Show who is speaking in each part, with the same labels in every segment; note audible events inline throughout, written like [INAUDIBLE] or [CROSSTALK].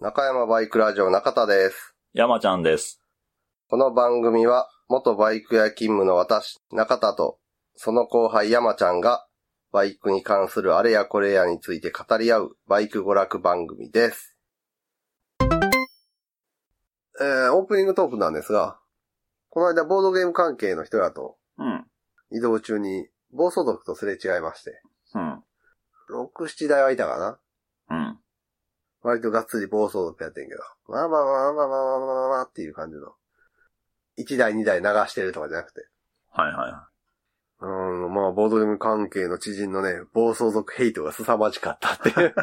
Speaker 1: 中山バイクラジオ中田です。
Speaker 2: 山ちゃんです。
Speaker 1: この番組は、元バイク屋勤務の私、中田と、その後輩山ちゃんが、バイクに関するあれやこれやについて語り合う、バイク娯楽番組です。えー、オープニングトークなんですが、この間ボードゲーム関係の人らと
Speaker 2: うん。
Speaker 1: 移動中に暴走族とすれ違いまして、
Speaker 2: うん。
Speaker 1: 6、7台はいたかな
Speaker 2: うん。
Speaker 1: 割とがっつり暴走族やってんけど。まあまあまあまあまあまあまあまあっていう感じの。1台2台流してるとかじゃなくて。
Speaker 2: はいは
Speaker 1: うーん、まあ、ボードゲーム関係の知人のね、暴走族ヘイトが凄まじかったっていう。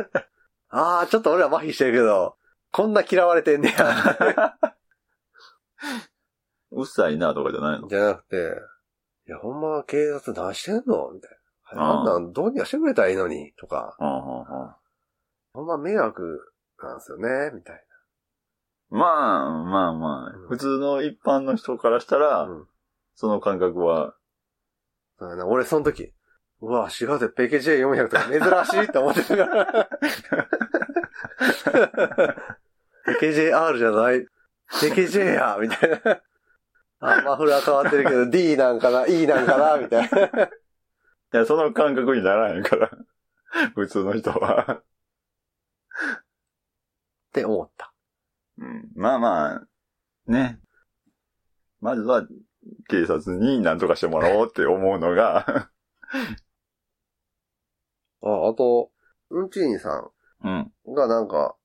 Speaker 1: ああ、ちょっと俺は麻痺してるけど、こんな嫌われてんねや。
Speaker 2: い。うっさいなとかじゃないの
Speaker 1: じゃなくて、いや、ほんま警察何してんのみたいな。
Speaker 2: あ
Speaker 1: あ
Speaker 2: あ
Speaker 1: んなんどうにかしてくれたらいいのに、とか。
Speaker 2: うんうんうん
Speaker 1: ほんま迷惑なんですよね、みたい
Speaker 2: まあ、まあま
Speaker 1: うん
Speaker 2: あ、普通の一般の人からした
Speaker 1: な。
Speaker 2: ら
Speaker 1: う、ん。
Speaker 2: その感覚は、
Speaker 1: そうやな俺その時、うわ、4月ペケ J400 とか珍しいって思ってたから。ペケ JR じゃない。ペケ J や、みたいな。あ、マフラー変わってるけど D なんかな、E なんかな、みたいな。
Speaker 2: いや、その感覚にならへんから、 [LAUGHS] 普通の人
Speaker 1: っ
Speaker 2: は。
Speaker 1: て思った。
Speaker 2: うんまあまあ、ね。まずは、警察に何とかしてもらおうって思うのが、
Speaker 1: あ、あと、うんちーにさん
Speaker 2: [LAUGHS] うん。
Speaker 1: がなんか、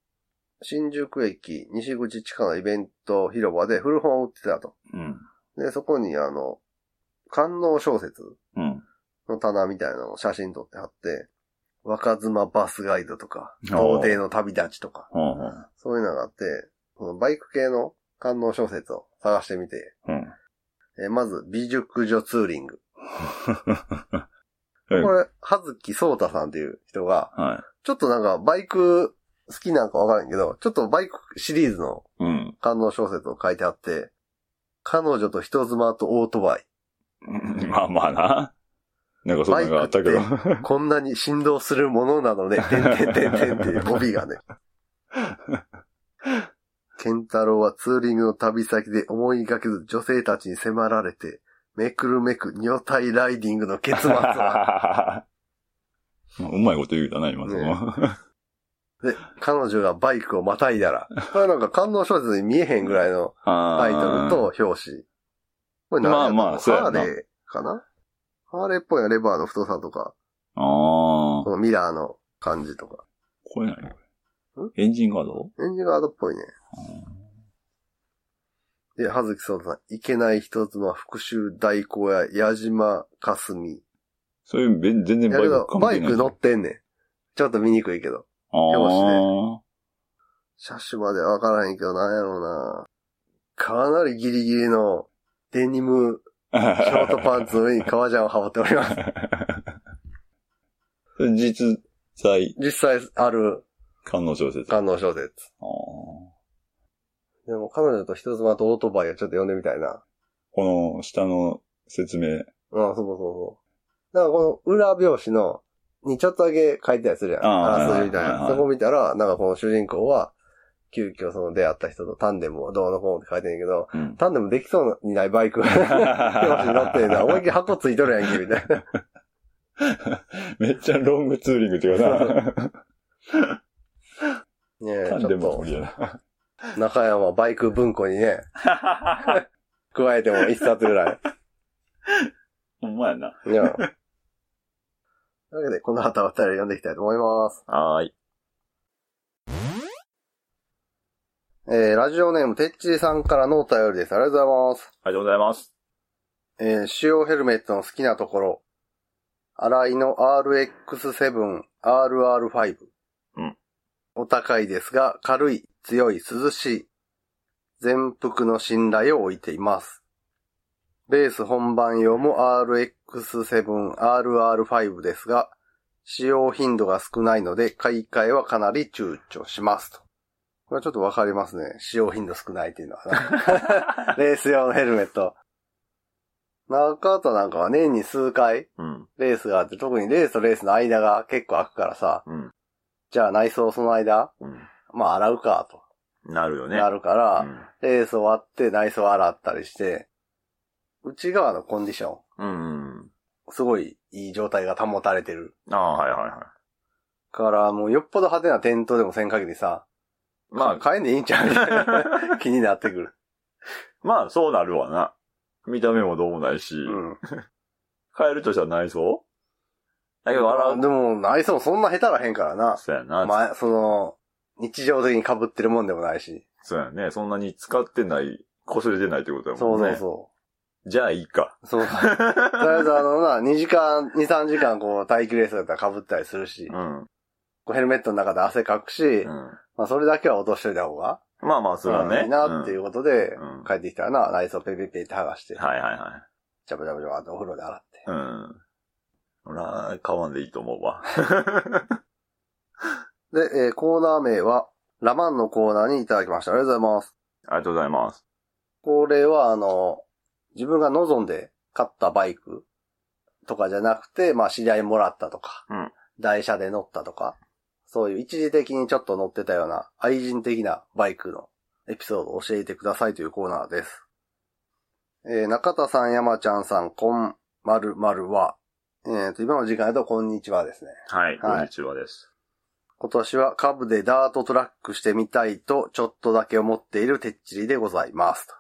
Speaker 1: 新宿駅西口地下のイベント広場で古本を売ってたと。
Speaker 2: うん。
Speaker 1: で、そこにあの、観音小説
Speaker 2: うん。
Speaker 1: の棚みたいなのを写真撮って貼って、若妻バスガイドとか、童
Speaker 2: おう
Speaker 1: 貞の旅立ちとか、
Speaker 2: うん。
Speaker 1: そういうのがあって、このバイク系の観音小説を探してみて、
Speaker 2: うん。
Speaker 1: えーまず、美熟女ツーリング。
Speaker 2: うん
Speaker 1: これ、葉月聡太さんっていう人が、
Speaker 2: はい。
Speaker 1: ちょっとなんかバイク好きなんかわからんけど、ちょっとバイクシリーズの
Speaker 2: うん。
Speaker 1: 観音小説を書いてあって、彼女と人妻とオートバイ。
Speaker 2: [LAUGHS] まあまあな。なんかそんなのがあったけど。
Speaker 1: バこんなに振動するものなの
Speaker 2: [LAUGHS]
Speaker 1: ね、てんてんてんてんっていう帯がね。ケンタロウはツーリングの旅先で思いがけず女性たちに迫られて、めくるめく女体ライディングの結末
Speaker 2: [LAUGHS]
Speaker 1: は、
Speaker 2: うまいこと言うたな、今そ [LAUGHS] の。
Speaker 1: で、彼女がバイクをまたいだら、これなんか観音小説に見えへんぐらいのタ
Speaker 2: タ
Speaker 1: イトルと表紙。これ何やった
Speaker 2: まあまあそうや
Speaker 1: ハー
Speaker 2: な
Speaker 1: レーかなハーレーっぽいなレバーの太さとか、
Speaker 2: あ
Speaker 1: こ
Speaker 2: あ。
Speaker 1: のミラーの感じとか。
Speaker 2: これ何これエンジンガード
Speaker 1: エンジンガードっぽいね。で、葉月聡太さん、いけない人妻、復讐代行や、矢島かすみ。
Speaker 2: そういう、べ全然
Speaker 1: いや
Speaker 2: バ
Speaker 1: け
Speaker 2: イク
Speaker 1: ど
Speaker 2: 関
Speaker 1: バ
Speaker 2: 係
Speaker 1: イ
Speaker 2: ない。
Speaker 1: ク乗ってんねん。ちょっと見にくいけど。
Speaker 2: ああ
Speaker 1: 表紙ね
Speaker 2: ー。
Speaker 1: 車種までわからへんけど、なんやろうな。かなりギリギリの、デニム、シ
Speaker 2: シ
Speaker 1: ョートパ
Speaker 2: ン
Speaker 1: ンツの上に革ジャンを羽織っており
Speaker 2: [LAUGHS]
Speaker 1: ます。
Speaker 2: ツ。 [LAUGHS] 実在、
Speaker 1: 実際ある、
Speaker 2: 観音小説。あ
Speaker 1: 観音小説。
Speaker 2: ーこ
Speaker 1: でも彼女と人妻とオートバイをちょっと読んでみたいな。
Speaker 2: の下の説明。
Speaker 1: うん、そうそうそうそう。なんかこの裏表紙の、にちょっとだけ書いてたりするやん。
Speaker 2: あ
Speaker 1: あ
Speaker 2: あ
Speaker 1: らすじみたい
Speaker 2: はいはい
Speaker 1: な。
Speaker 2: はい
Speaker 1: そこ見たら、なんかこの主人公は、急遽その出会った人とタンデムをどうのこうのって書いてんねんけど、
Speaker 2: うん。
Speaker 1: タンデムできそうにないバイク [LAUGHS] が、 [LAUGHS] 表紙になってん
Speaker 2: [LAUGHS]
Speaker 1: な。思いっきり箱ついとるやんけ、みたいな。
Speaker 2: めっちゃロングツーリングっていう [LAUGHS] かな。
Speaker 1: ねえ、
Speaker 2: タ
Speaker 1: ち
Speaker 2: ンデ
Speaker 1: ょっ
Speaker 2: ムは
Speaker 1: と、
Speaker 2: 無理や
Speaker 1: [LAUGHS]
Speaker 2: な。
Speaker 1: 中山バイク文庫にね、加えても一冊ぐらい。
Speaker 2: ほんまやな。
Speaker 1: いや。 [LAUGHS] というわけで、この後は二人読んでいきたいと思います。
Speaker 2: はーい。
Speaker 1: えー、ラジオネーム、てっちりさんからのお便りです。ありがとうございます。
Speaker 2: ありがとうござ
Speaker 1: [LAUGHS]
Speaker 2: います。
Speaker 1: えー、使用ヘルメットの好きなところ。新井の RX7、RR5。
Speaker 2: うん。
Speaker 1: お高いですが、軽い、強い、涼しい。全幅の信頼を置いています。レース本番用も RX7、RR5 ですが、使用頻度が少ないので、買い替えはかなり躊躇しますと。これはちょっとわかりますね。使用頻度少ないっていうのはな。レース用のヘルメット。中田なんかは年に数回
Speaker 2: うん。
Speaker 1: レースがあって、特にレースとレースの間が結構空くからさ、
Speaker 2: うん。
Speaker 1: じゃあ内装その間、
Speaker 2: うん。
Speaker 1: まあ洗うかと。
Speaker 2: なるよね。
Speaker 1: な
Speaker 2: る
Speaker 1: るから、レース終わって内装洗ったりして、内側のコンディション、
Speaker 2: うん。うんうん。
Speaker 1: すごいいい状態が保たれてる。
Speaker 2: ああ、はいはいは
Speaker 1: から、もうよっぽど派手な点灯でもせん限りさ、
Speaker 2: い。ま
Speaker 1: まあ、買えんでいいんちゃうみたいな [LAUGHS]
Speaker 2: あ、
Speaker 1: 気になってくる。
Speaker 2: [LAUGHS] まあ、そうなるわな。見た目もどうもないし、
Speaker 1: うん。
Speaker 2: 変えるとしたら内装だけど、洗う
Speaker 1: でも、内装もそんな下手らへんからな。
Speaker 2: そうやな、
Speaker 1: まあ、その、日常的に被ってるもんでもないし。
Speaker 2: そうやね。そんなに使ってない、擦れてないってことや
Speaker 1: そ
Speaker 2: も
Speaker 1: うん
Speaker 2: ね。。
Speaker 1: そうそう
Speaker 2: じゃあいいか。
Speaker 1: う。そう。とりあえずあのな、2時間、2、3時間こう、待機レースだったら被ったりするし、
Speaker 2: うん。うん。
Speaker 1: こうヘルメットの中で汗かくし、まあそれだけは落としといた方が、
Speaker 2: まあまあ、それはね。
Speaker 1: いいなっていううことで、
Speaker 2: ん。うん
Speaker 1: 帰ってきたらな、内装ペペペって剥がして、
Speaker 2: はいはいはい。
Speaker 1: ジャブジャブジャブってお風呂で洗って。
Speaker 2: うん。俺は、買わんでいいと思
Speaker 1: [LAUGHS]
Speaker 2: うわ。
Speaker 1: で、えーコーナー名は、ラマンのコーナーにいただきました。ありがとうございます。
Speaker 2: ありがとうございます。
Speaker 1: これは、あの、自分が望んで買ったバイクとかじゃなくて、まあ、知り合いもらったとか、
Speaker 2: うん
Speaker 1: 台車で乗ったとか、そういう一時的にちょっと乗ってたような愛人的なバイクのエピソードを教えてくださいというコーナーです。えー中田さん、山ちゃんさん、こん、まるまるは、えーと、今の時間だとこんにちはですね。
Speaker 2: はい、
Speaker 1: はい
Speaker 2: こんにちはです。
Speaker 1: 今年はカブでダートトラックしてみたいと、ちょっとだけ思っているてっちりでございます。と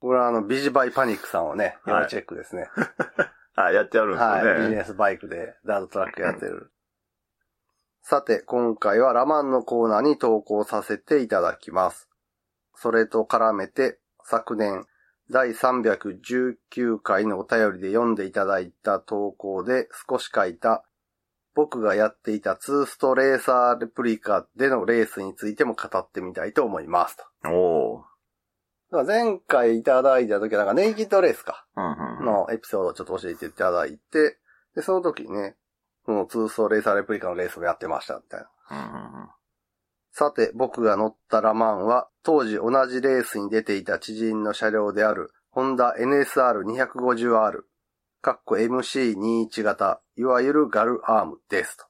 Speaker 1: これはあの、ビジバイパニックさんをね、
Speaker 2: はい
Speaker 1: 要チェックですね。
Speaker 2: あ、やってあるんです
Speaker 1: はい。ビ
Speaker 2: よ
Speaker 1: ジ
Speaker 2: ね。
Speaker 1: ネスバイクでダートトラックやってる。さて、今回はラマンのコーナーに投稿させていただきます。それと絡めて、昨年、第319回のお便りで読んでいただいた投稿で少し書いた、僕がやっていたツーストレーサーレプリカでのレースについても語ってみたいと思います。と
Speaker 2: おー。
Speaker 1: だから前回いただいた時はなんかネイキッドレースか。
Speaker 2: うんうん。
Speaker 1: のエピソードをちょっと教えていただいて、で、その時にね、もう通走レーサーレプリカのレースをやってました、みたいな。
Speaker 2: うんうんうん
Speaker 1: さて、僕が乗ったラマンは、当時同じレースに出ていた知人の車両である、ホンダ NSR250R、かっこ MC21 型、いわゆるガルアームですと。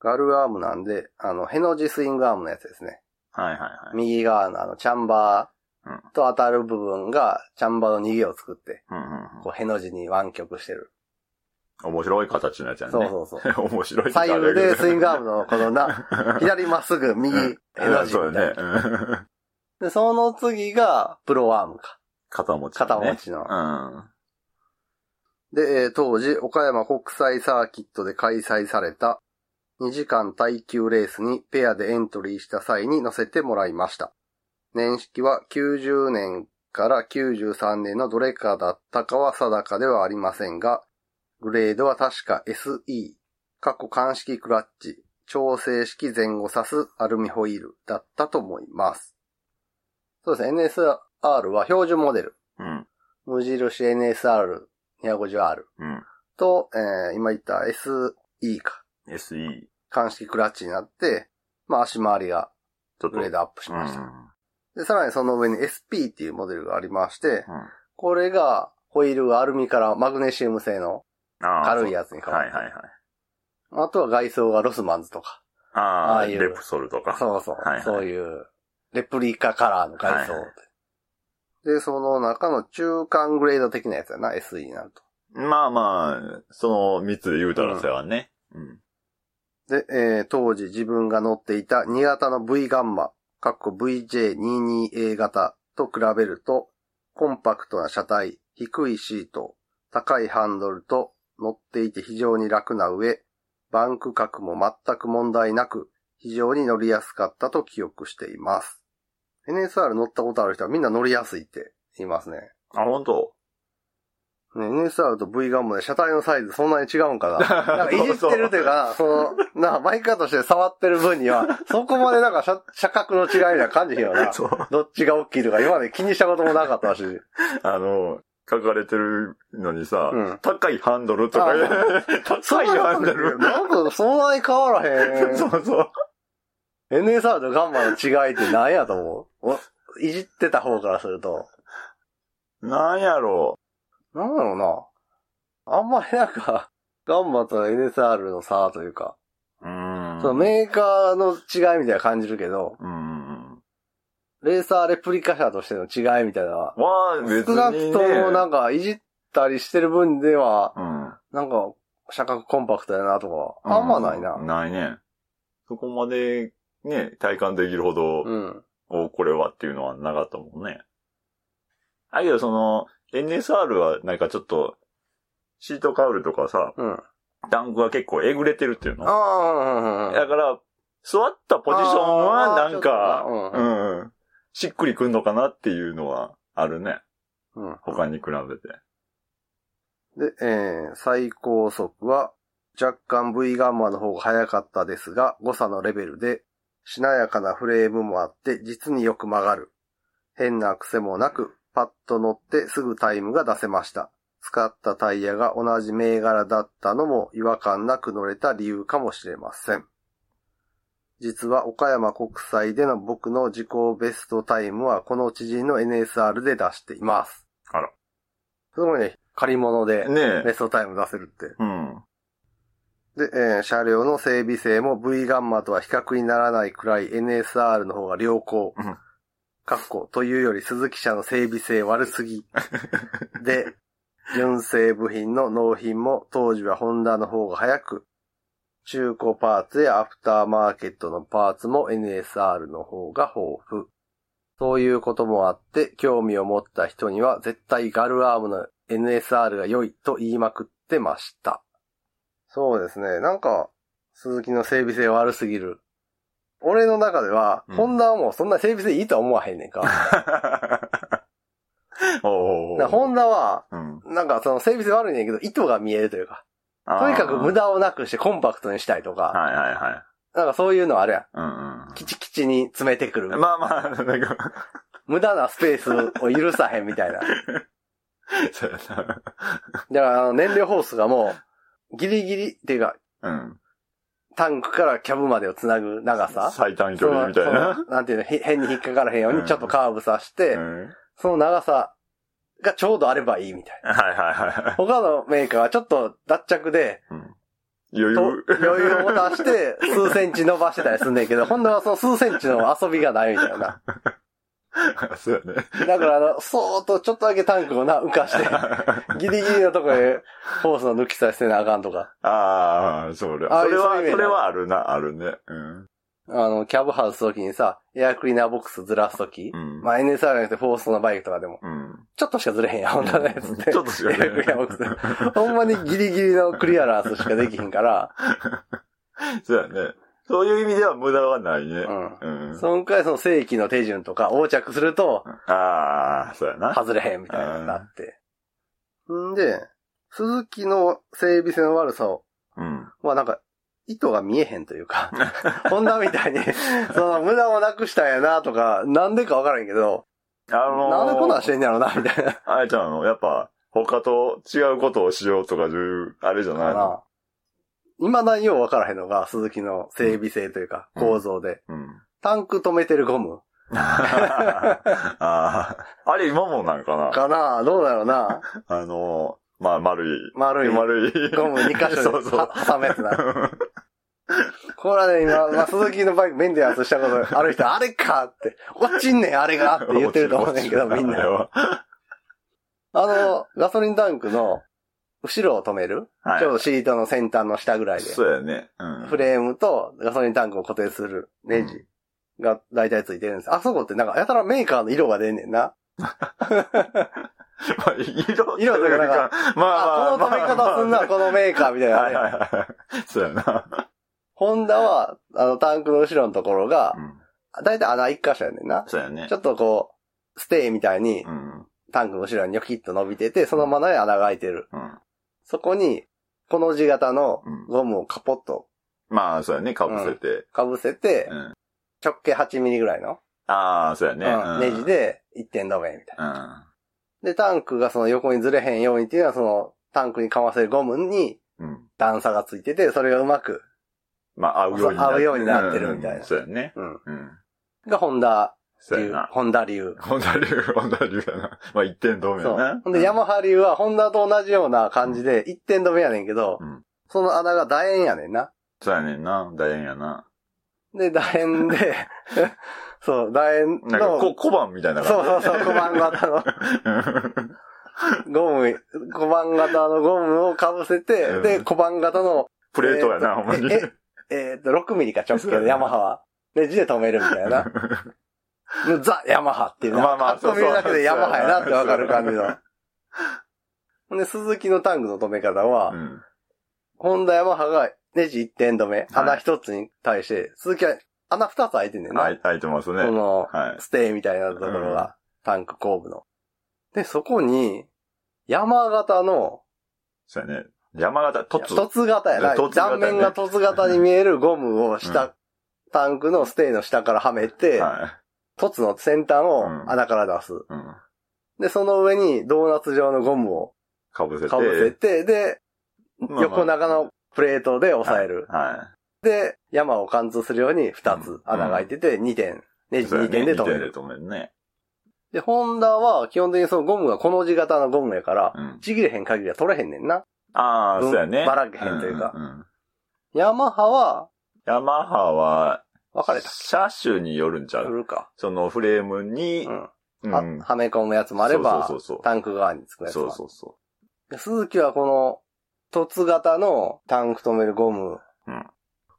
Speaker 1: ガルアームなんで、あの、ヘの字スイングアームのやつですね。
Speaker 2: はいはいはい。
Speaker 1: 右側のあの、チャンバ
Speaker 2: うん
Speaker 1: ーと当たる部分が、チャンバーの逃げを作って、
Speaker 2: うんうんうん
Speaker 1: こう、ヘの字に湾曲してる。
Speaker 2: 面白い形のやつやね。
Speaker 1: そうそうそう。
Speaker 2: [LAUGHS] 面白いって
Speaker 1: 左
Speaker 2: あ
Speaker 1: 右
Speaker 2: れや
Speaker 1: で
Speaker 2: けど
Speaker 1: スイングアームのこのな、
Speaker 2: [LAUGHS]
Speaker 1: 左まっすぐ、右、
Speaker 2: うん
Speaker 1: エナ
Speaker 2: うん
Speaker 1: ジー
Speaker 2: そう
Speaker 1: みたい
Speaker 2: だね
Speaker 1: な。。
Speaker 2: うん
Speaker 1: で、その次が、プロアームか。
Speaker 2: 肩持ち。
Speaker 1: 肩持。ちの。
Speaker 2: うん。
Speaker 1: で、えー当時、岡山国際サーキットで開催された2時間耐久レースにペアでエントリーした際に乗せてもらいました。年式は90年から93年のどれかだったかは定かではありませんが、グレードは確か SE、過去鑑識クラッチ、調整式前後差すアルミホイールだったと思います。そうですね、NSR は標準モデル。
Speaker 2: うん。
Speaker 1: 無印 NSR250R
Speaker 2: うん。
Speaker 1: と、えー今言った SE か、
Speaker 2: SE。
Speaker 1: 鑑識クラッチになって、まあ足回りが
Speaker 2: ちょっと。
Speaker 1: グレードアップし
Speaker 2: うん。
Speaker 1: ました。で、さらにその上に SP っていうモデルがありまして、
Speaker 2: うん
Speaker 1: これがホイールがアルミからマグネシウム製の、
Speaker 2: あー
Speaker 1: 軽いやつに変わ
Speaker 2: は
Speaker 1: っ
Speaker 2: い
Speaker 1: て
Speaker 2: はいはい。
Speaker 1: あとは外装がロスマンズとか、あ
Speaker 2: あ
Speaker 1: あ
Speaker 2: あ、
Speaker 1: いう
Speaker 2: レプソルとか。
Speaker 1: そうそう、
Speaker 2: はいはい
Speaker 1: そういうレプリカカラーの外装。
Speaker 2: はいは
Speaker 1: で、その中の中間グレード的なやつやな、SE になると。
Speaker 2: まあまあ、その3つで言うたらそやわね。うん。
Speaker 1: で、えー当時自分が乗っていた新型の V ガンマ、かっこ VJ22A 型と比べると、コンパクトな車体、低いシート、高いハンドルと乗っていて非常に楽な上、バンク角も全く問題なく、非常に乗りやすかったと記憶しています。NSR 乗ったことある人はみんな乗りやすいって言いますね。
Speaker 2: あ、本当。
Speaker 1: ね、NSR と V ガンマで車体のサイズそんなに違うんか [LAUGHS] な。なんかいじってるというか、その、な、バイカーとして触ってる分に [LAUGHS] は、そこまでなんか車車格の違いみたいな感じひんよな。
Speaker 2: [LAUGHS] そう。
Speaker 1: どっちが大きいとか今まで気にしたこともなかったし。
Speaker 2: あの、書かれてるのにさ
Speaker 1: うん、
Speaker 2: 高いハンドルとか
Speaker 1: あー、
Speaker 2: [LAUGHS] 高いハンドル。
Speaker 1: なんかそんなに変わらへ [LAUGHS] ん。
Speaker 2: [LAUGHS] そうそう。
Speaker 1: NSR とガンマの違いって何やと思うおいじってた方からすると。
Speaker 2: なんやろ
Speaker 1: なんだろうな。あんまりなんか、 [LAUGHS] ガンマと NSR の差というか、
Speaker 2: う。うん。
Speaker 1: そのメーカーの違いみたいな感じるけど、
Speaker 2: うんうんうん。
Speaker 1: レーサーレプリカ車としての違いみたいな。
Speaker 2: まあ、別
Speaker 1: 少
Speaker 2: に、ね。
Speaker 1: なくともなんか、いじったりしてる分では、
Speaker 2: うん。
Speaker 1: なんか、車格コンパクトやなとか、あんまないな
Speaker 2: う。ないね。そこまで、ね、体感できるほど、
Speaker 1: うん。
Speaker 2: お、これはっていうのはなかったもんね。あ、けどその、NSR はなんかちょっと、シートカウルとかさ、
Speaker 1: うん。あ
Speaker 2: タンクが結構えぐれてるっていうの。だ
Speaker 1: あ、うんうんうん。
Speaker 2: から、座ったポジションはなんか、
Speaker 1: あーちょっと
Speaker 2: う、
Speaker 1: なん
Speaker 2: うん、しっくりくんのかなっていうのはあるね。
Speaker 1: うん。
Speaker 2: 他に比べて。
Speaker 1: で、えー最高速は若干 V ガンマの方が速かったですが、誤差のレベルで、しなやかなフレームもあって、実によく曲がる。変な癖もなく、パッと乗ってすぐタイムが出せました。使ったタイヤが同じ銘柄だったのも違和感なく乗れた理由かもしれません。実は岡山国際での僕の自己ベストタイムはこの知人の NSR で出しています。
Speaker 2: あら。
Speaker 1: すごいね、借り物で。
Speaker 2: ね
Speaker 1: ベ
Speaker 2: え。
Speaker 1: ストタイム出せるって。
Speaker 2: うん。
Speaker 1: で、
Speaker 2: [LAUGHS]
Speaker 1: えー車両の整備性も V ガンマとは比較にならないくらい NSR の方が良好
Speaker 2: うん。
Speaker 1: かっこというより鈴木車の整備性悪すぎ。で、純正部品の納品も当時はホンダの方が早く、中古パーツやアフターマーケットのパーツも NSR の方が豊富。そういうこともあって、興味を持った人には絶対ガルアームの NSR が良いと言いまくってました。そうですね。なんか、鈴木の整備性悪すぎる。俺の中では、
Speaker 2: うん
Speaker 1: ホンダはもうそんな整備性いいとは思わへんねんか。 [LAUGHS]
Speaker 2: お
Speaker 1: なホンダは、
Speaker 2: うん。
Speaker 1: なんかその整備性悪いねんけど、意図が見えるというか、とにかく無
Speaker 2: 駄。
Speaker 1: 駄をなくしてコンパクトにしたいとか、
Speaker 2: はいはいはい。
Speaker 1: なんかそういうのあるやん。
Speaker 2: うんうん。
Speaker 1: きちきちに詰めてくる。
Speaker 2: まあまあ、なんか、
Speaker 1: 無駄なスペースを許さへんみたい
Speaker 2: [LAUGHS]
Speaker 1: な。だか
Speaker 2: そうや
Speaker 1: らあの燃料ホースがもう、ギリギリっていうか、
Speaker 2: な。うん。
Speaker 1: タンクからキャブまでをつなぐ長さ。
Speaker 2: 最短距離みたい
Speaker 1: その
Speaker 2: な。
Speaker 1: なんていうの、へ変に引っかからへんよう
Speaker 2: う
Speaker 1: に
Speaker 2: ん
Speaker 1: ちょっとカーブさし
Speaker 2: う
Speaker 1: て、
Speaker 2: ん。はい
Speaker 1: その長さがちょうどあればいいみたいな。
Speaker 2: はいは
Speaker 1: 他のメーカーはちょっと脱着で、
Speaker 2: い。余
Speaker 1: と余
Speaker 2: 裕。
Speaker 1: 裕を出して数センチ伸ばしてたりすんねんけど、本当はその数センチの遊びがないみたいな。
Speaker 2: [LAUGHS] そうやね。 [LAUGHS]
Speaker 1: だからあの、そーっとちょっとだけタンクをな、浮かして、ギリギリのとこへホースの抜きさせなあかんとか、
Speaker 2: ああ、それ。
Speaker 1: ああ
Speaker 2: そ
Speaker 1: そういう
Speaker 2: れ
Speaker 1: 意
Speaker 2: は、
Speaker 1: 味だ
Speaker 2: それはあるな、あるね。うん。
Speaker 1: あの、キャブ外すときにさ、エアクリーナーボックスずらすとき
Speaker 2: う、ん。
Speaker 1: まあ NSR じゃなくてフォースのバイクとかでも、
Speaker 2: うん。
Speaker 1: ちょっとしかずれへんやん、ほんとのやつって。
Speaker 2: ちょっとしか
Speaker 1: エアクリーナーボックス。ほんまにギリギリのクリアランスしかできひんから、
Speaker 2: [LAUGHS] そうやね。そういう意味では無駄はないね。
Speaker 1: う
Speaker 2: うん。
Speaker 1: そのくらいその正規の手順とか、横着すると、
Speaker 2: ああ、そうやな。
Speaker 1: 外れへんみたいなのになって。んで、鈴木の整備性の悪さを、
Speaker 2: うん。
Speaker 1: まあなんか、意図が見えへんという [LAUGHS] か、ホンダみ [LAUGHS] たいに、その無駄をなくしたんやなとか、なんでかわからんけど、
Speaker 2: あのー
Speaker 1: なんでこんなんしてんやろな、みたいな。
Speaker 2: あれちゃんの、やっぱ、他と違うことをしようとかいう、あれじゃないの
Speaker 1: 今だにようわからへんのが、鈴木の整備性というか、
Speaker 2: うん
Speaker 1: 構造で。
Speaker 2: うん。 [LAUGHS]
Speaker 1: タンク止めてるゴム
Speaker 2: ああ、あれ今もなんかな
Speaker 1: かなどうだろうな
Speaker 2: あの、まあ、丸い。
Speaker 1: 丸いゴム
Speaker 2: 丸い。
Speaker 1: 2箇 [LAUGHS] 所
Speaker 2: そう
Speaker 1: で
Speaker 2: そう。
Speaker 1: は挟むやつな。これはね、
Speaker 2: [LAUGHS]
Speaker 1: 今、まあ、鈴木のバイクメンテナンスしたことある人、あれかって、落ちんねん、あれがって言ってると思うねんけど、みん
Speaker 2: あれ
Speaker 1: な。
Speaker 2: は
Speaker 1: あの、ガソリンタンクの後ろを止める、
Speaker 2: はい
Speaker 1: ちょうどシートの先端の下ぐらいで、
Speaker 2: そうやね。うん。
Speaker 1: フレームとガソリンタンクを固定するネジが大体ついてるんです。あそこってなんか、やたらメーカーの色が出んねんな。
Speaker 2: まあ、色
Speaker 1: 色というかなん
Speaker 2: まあま
Speaker 1: あ、こ
Speaker 2: あ
Speaker 1: の
Speaker 2: まあ。
Speaker 1: 止め方すんな、このメーカーみたい
Speaker 2: はい
Speaker 1: な。
Speaker 2: はいはい。そうやな。
Speaker 1: ホンダは、あの、タンクの後ろのところが
Speaker 2: う、ん。
Speaker 1: 大体穴一箇所やねんな。
Speaker 2: そうやね
Speaker 1: ち。ょっとこう、ステーみたいに、
Speaker 2: うん。
Speaker 1: タンクの後ろにニョキッと伸びてて、そのままに穴が開いてる。
Speaker 2: うん。
Speaker 1: そこに、この字型の
Speaker 2: うん
Speaker 1: ゴムをカポッと
Speaker 2: まあ、そうやね。かぶせて。
Speaker 1: かぶせて、
Speaker 2: うん
Speaker 1: 直径8ミリぐらいの、
Speaker 2: ああ、そうやね。
Speaker 1: うん
Speaker 2: うん
Speaker 1: ネジ。で1点止めみたいな。
Speaker 2: うん。
Speaker 1: で、タンクがその横にずれへんようにっていうのは、そのタンクにかませるゴムに
Speaker 2: うん。
Speaker 1: 段差がついてて、それがうまく、
Speaker 2: まあ、合うようになって
Speaker 1: 合うようになってるみたいな
Speaker 2: うんそうやね。
Speaker 1: うん。
Speaker 2: うん。
Speaker 1: がホンダ
Speaker 2: そうや
Speaker 1: 流
Speaker 2: な。。
Speaker 1: ホンダ流。
Speaker 2: 本田流、本田流やな。まあ、一点止め
Speaker 1: そ
Speaker 2: や
Speaker 1: う
Speaker 2: な。。
Speaker 1: ほんで、ヤマハ流はホンダと同じような感じで、1点止めやねんけど
Speaker 2: うん、
Speaker 1: その穴が楕円やねんな。
Speaker 2: そうやねんな。大変やな。
Speaker 1: で、楕円で、 [LAUGHS] そう、楕円
Speaker 2: なんか
Speaker 1: の、
Speaker 2: こ小判みたいな
Speaker 1: そうそ
Speaker 2: 感
Speaker 1: うそう、小判型の
Speaker 2: じ。
Speaker 1: ゴム、小判型のゴムをかぶせて、
Speaker 2: うん
Speaker 1: で、小判型の、
Speaker 2: プレートやな、ほんまに。
Speaker 1: ええーっと、6ミリか直径
Speaker 2: そう
Speaker 1: の
Speaker 2: だ
Speaker 1: ヤマハは。で、字で止めるみたい
Speaker 2: [LAUGHS]
Speaker 1: な。もうザ・ヤマハっていうね。
Speaker 2: まあまあ
Speaker 1: パッと見るだけでヤマハやなってわかる感じ
Speaker 2: そう
Speaker 1: の
Speaker 2: や。
Speaker 1: ほんで、鈴木のタングの止め方は、
Speaker 2: うん
Speaker 1: ホンダヤマハがネジ1点止め、穴1つに対して、鈴木は穴2つ開いてんねんな。
Speaker 2: あい開いてますね。
Speaker 1: この、
Speaker 2: はい。
Speaker 1: ステーみたいなところが、タンク後部の。で、そこに、山型の、
Speaker 2: そうやね。山形、突。
Speaker 1: 凸型やな。
Speaker 2: 凸型
Speaker 1: 断
Speaker 2: ね
Speaker 1: 面が凸型に見えるゴムを下、
Speaker 2: う
Speaker 1: タンクのステーの下からはめて、
Speaker 2: は
Speaker 1: 凸の先端を
Speaker 2: うん
Speaker 1: 穴から出す。
Speaker 2: い。うん。
Speaker 1: で、その上にドーナツ状のゴムを
Speaker 2: かぶせて。
Speaker 1: かぶせて、で、
Speaker 2: まあまあ
Speaker 1: 横長のプレートで押さえる。
Speaker 2: は
Speaker 1: で、山を貫通するように2
Speaker 2: うん
Speaker 1: つ穴が開いてて、2点、ネ
Speaker 2: い。
Speaker 1: ジ2点で止め
Speaker 2: 二
Speaker 1: る。
Speaker 2: 点で止めるね。
Speaker 1: で、ホンダは基本的にそのゴムがこの字型のゴムやから、
Speaker 2: うん。
Speaker 1: ちぎれへん限りは取れへんねんな。
Speaker 2: ああ、そうやね。
Speaker 1: ばらけへんというか
Speaker 2: んんん
Speaker 1: ヤマハは、
Speaker 2: ヤマハは、
Speaker 1: 分かれた。
Speaker 2: 車種によるんちゃ
Speaker 1: 売
Speaker 2: う
Speaker 1: るか。
Speaker 2: そのフレームに
Speaker 1: う、ん。
Speaker 2: う
Speaker 1: は
Speaker 2: ん。
Speaker 1: はめ込むやつもあれば
Speaker 2: そうそうそうそう、
Speaker 1: タンク側につくやつ
Speaker 2: そ
Speaker 1: も
Speaker 2: う
Speaker 1: ある
Speaker 2: そうそ
Speaker 1: で鈴木はこの、凸型のタンク止めるゴム。
Speaker 2: うん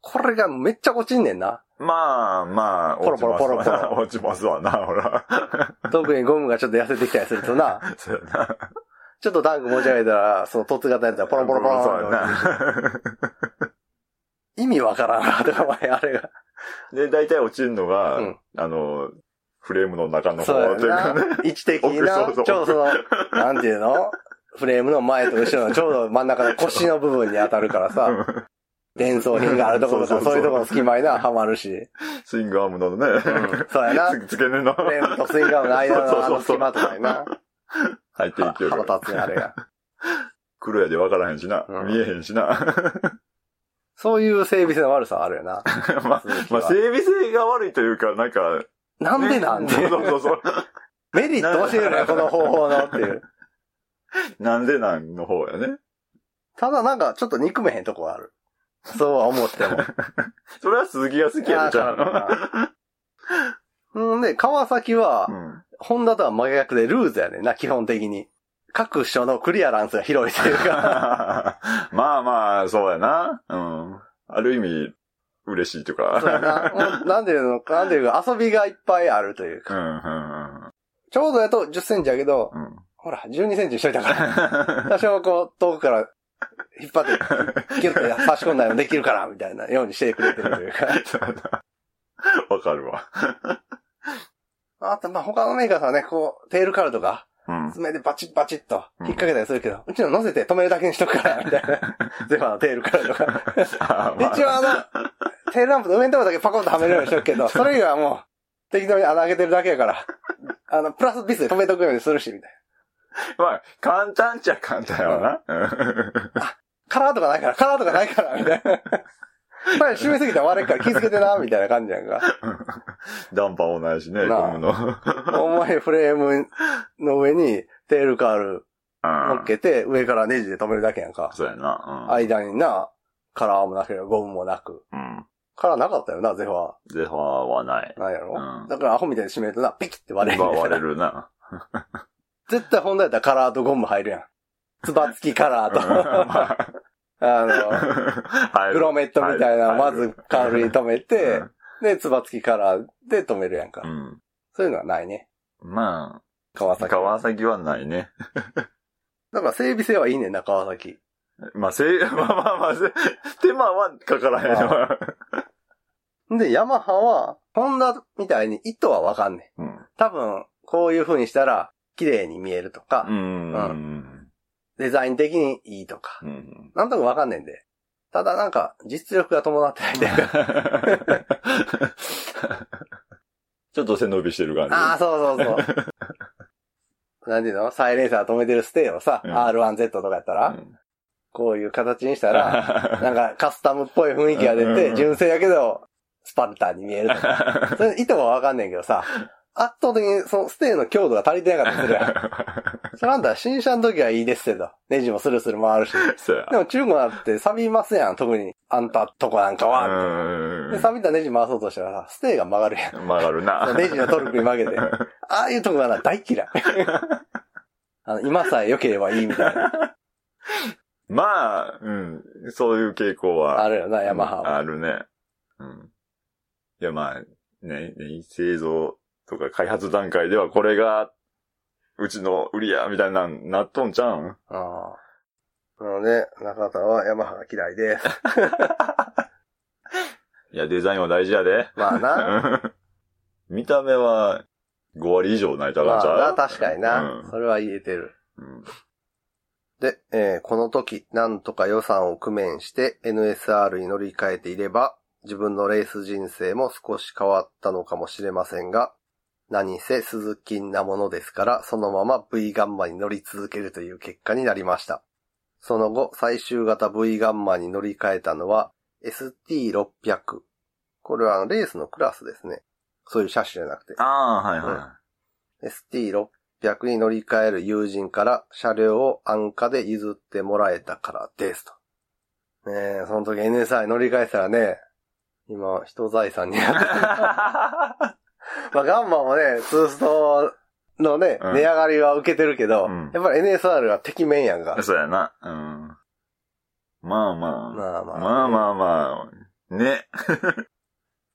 Speaker 1: これがめっちゃ落ちんねんな。
Speaker 2: う。まあまあ、
Speaker 1: ポロポロポロポロ
Speaker 2: 落ちますわな、落ちますわな、ほら。
Speaker 1: 特にゴムがちょっと痩せてきたりするとな、
Speaker 2: [LAUGHS] そうやな。
Speaker 1: ちょっとタンク持ち上げたら、その凸型のやつがポロポロポロン
Speaker 2: そうやな。
Speaker 1: 意味わからんな、とか、お前、あれが。
Speaker 2: で、大体落ちるのが、
Speaker 1: うん
Speaker 2: あの、フレームの中の方
Speaker 1: そう
Speaker 2: という
Speaker 1: や
Speaker 2: かね。
Speaker 1: な。位置的に
Speaker 2: 奥そうそ
Speaker 1: な、
Speaker 2: う
Speaker 1: ちょうどその、なんていうのフレームの前と後ろのちょうど真ん中の腰の部分に当たるからさ、伝送品があるところと
Speaker 2: そう
Speaker 1: か、
Speaker 2: そうそ
Speaker 1: そうい
Speaker 2: う
Speaker 1: うところの隙間にな、はまるし。
Speaker 2: スイングアームのね、
Speaker 1: そうやな。
Speaker 2: [LAUGHS] つ付け根の
Speaker 1: フレームとスインガーの間
Speaker 2: そ
Speaker 1: の
Speaker 2: う
Speaker 1: あ
Speaker 2: そ
Speaker 1: の
Speaker 2: うそ
Speaker 1: 隙
Speaker 2: う
Speaker 1: 間とかにな。
Speaker 2: 入ってい
Speaker 1: は
Speaker 2: ける。
Speaker 1: 腹立つね、あれが。
Speaker 2: 黒やで分からへんしな。
Speaker 1: うん
Speaker 2: 見えへんしな。 [LAUGHS]
Speaker 1: そういう整備性の悪さはあるよな。
Speaker 2: まあ、
Speaker 1: 鈴木
Speaker 2: まあ、
Speaker 1: は
Speaker 2: 整備性が悪いというか、なんか、
Speaker 1: なんでなんて
Speaker 2: ね。 [LAUGHS] そうそうそう。
Speaker 1: メリット教えるなよ、この方法のっていう。
Speaker 2: なんでなんの方やね。
Speaker 1: ただなんか、ちょっと憎めへんとこはある。そうは思っても。
Speaker 2: それは鈴木が好きやで、ちゃう
Speaker 1: あーうんで、川崎は、
Speaker 2: の。
Speaker 1: ホンダとは真逆でルーズやねんな、基本的に。各所のクリアランスが広いという
Speaker 2: [LAUGHS]
Speaker 1: か、
Speaker 2: まあまあ、そうやな。うん。ある意味、嬉しいとか。
Speaker 1: そうやな。もうなんていうのか、なんていうか、遊びがいっぱいあるという
Speaker 2: う
Speaker 1: か。
Speaker 2: ん、うん
Speaker 1: ちょうどやと10センチやけど、
Speaker 2: うん、 [LAUGHS] うん。
Speaker 1: ほら、12センチにしといたから。多少こう、遠くから引っ張って、ギュッと差し込んだりもできるから、みたいなようにしてくれてるという
Speaker 2: [LAUGHS]
Speaker 1: か。
Speaker 2: そうやなわかるわ。
Speaker 1: あと、まあ、他のメーカーさんはね、こう、テールカルとか、
Speaker 2: うん。
Speaker 1: 爪でバチッバチッと引っ掛けたりするけど、うちの乗せて止めるだけにしとくから、みたい
Speaker 2: [LAUGHS]
Speaker 1: な。ゼファーのテールカルとか。
Speaker 2: あーまあ
Speaker 1: 一応あの、テールランプの上のとこだけパコンとはめるようにしとくけど、それ以外はもう、適当に穴開けてるだけやから、あの、プラスビスで止めとくようにするし、みたいな。
Speaker 2: まあ、簡単っちゃ簡単やわな。
Speaker 1: カラーとかないから、カラーとかないから、みたいな。まあ、締めすぎたら悪いから気付けてな、みたいな感じやんか。
Speaker 2: ダンパーもないしね、
Speaker 1: なあ
Speaker 2: ゴ
Speaker 1: [LAUGHS]
Speaker 2: ムの。うん
Speaker 1: 重いフレームの上にテールカール乗っけて、上からネジで止めるだけやんか。
Speaker 2: そうやな。
Speaker 1: 間にな、カラーもなければゴムもなく。
Speaker 2: うん。うん。
Speaker 1: カラーなかったよな、ゼファ
Speaker 2: ゼファーはない。
Speaker 1: ー。なんやろ、
Speaker 2: うん
Speaker 1: だからアホみたいに締めるとな、ピキって割れる
Speaker 2: まあ
Speaker 1: んですよ
Speaker 2: 割れるな。
Speaker 1: [LAUGHS] 絶対本題やったらカラーとゴム入るやん。つば付きカラー
Speaker 2: [LAUGHS] うん
Speaker 1: と、
Speaker 2: まあ
Speaker 1: あ
Speaker 2: 入
Speaker 1: の、[LAUGHS]
Speaker 2: る
Speaker 1: グロメットみたいな、
Speaker 2: 入
Speaker 1: ま
Speaker 2: る
Speaker 1: ずカールに止めて
Speaker 2: 入、る
Speaker 1: で、つば付きカラーで止めるやんか。
Speaker 2: うん。
Speaker 1: そういうのはないね。
Speaker 2: うんま
Speaker 1: 川
Speaker 2: あ、
Speaker 1: 崎。
Speaker 2: 川崎はないね。
Speaker 1: だから整備性はいいねんな、川崎。
Speaker 2: まあ、せ、まあまあまあ、せ手間はかからへんわ。
Speaker 1: で、ヤマハは、ホンダみたいに糸はわかんねん。
Speaker 2: うん。
Speaker 1: 多分、こういう風にしたら、綺麗に見えるとか、
Speaker 2: うん。
Speaker 1: デザイン的にいいとか、
Speaker 2: うん。
Speaker 1: なんとなくわかんねんで。ただなんか、実力が伴ってないっていうか
Speaker 2: ちょっと背伸びしてる感
Speaker 1: [LAUGHS]
Speaker 2: じ。
Speaker 1: ああ、そうそうそう。なんていうのサイレンサー止めてるステーをさ、
Speaker 2: うん
Speaker 1: R1Z とかやったら、
Speaker 2: うん
Speaker 1: こういう形にした
Speaker 2: [LAUGHS]
Speaker 1: ら、なんかカスタムっぽい雰囲気が出
Speaker 2: う
Speaker 1: て、
Speaker 2: ん
Speaker 1: 純正やけど、スパルタに見えるとか。それ意図はわかんねんけどさ、圧倒的にそのステーの強度が足りてなかったりするやん。それあんた新車の時はいいですけど、ネジもスルスル回るし。
Speaker 2: そうや。
Speaker 1: でも中古だって錆びますやん、特に。あんたとこなんかは。
Speaker 2: う
Speaker 1: で、
Speaker 2: ーん。
Speaker 1: 錆びたネジ回そうとしたらさ、ステーが曲がるやん。
Speaker 2: 曲がるな。
Speaker 1: ネジのトルクに曲げ
Speaker 2: [LAUGHS]
Speaker 1: て。ああいうとこがな、大嫌い。あの、今さえ良ければいいみたいな。
Speaker 2: まあ、うん。そういう傾向は。
Speaker 1: あるよな、ヤマハは。
Speaker 2: あるね。うん。いや、まあ、ね、ね製造とか開発段階ではこれが、うちの売りや、みたいなんなっとんちゃうん
Speaker 1: うんなので、中田はヤマハが嫌いです。
Speaker 2: いや、デザインは大事やで。 [LAUGHS]
Speaker 1: まあな。
Speaker 2: 見た目は5割以上ないとあかんちゃう
Speaker 1: まあな、確かにな。
Speaker 2: うん
Speaker 1: それは言えてる。
Speaker 2: うん
Speaker 1: で、えーこの時、なんとか予算を工面して NSR に乗り換えていれば、自分のレース人生も少し変わったのかもしれませんが、何せ鈴木なものですから、そのまま V ガンマに乗り続けるという結果になりました。その後、最終型 V ガンマに乗り換えたのは ST600。これはあのレースのクラスですね。そういう車種じゃなくて。
Speaker 2: ああ、はいはい。
Speaker 1: ST600 に乗り換える友人から車両を安価で譲ってもらえたからですと。ねえ、その時 NSI 乗り換えてたらね、今、人財産にな
Speaker 2: [LAUGHS]
Speaker 1: ってる。まあ、ガンマもね、ツーストのね、
Speaker 2: うん
Speaker 1: 値上がりは受けてるけど、
Speaker 2: うん。
Speaker 1: やっぱり NSR は敵面やんか
Speaker 2: [LAUGHS] そうやな。うん。まあまあ。
Speaker 1: まあまあ
Speaker 2: まあまあまあ。ね。 [LAUGHS]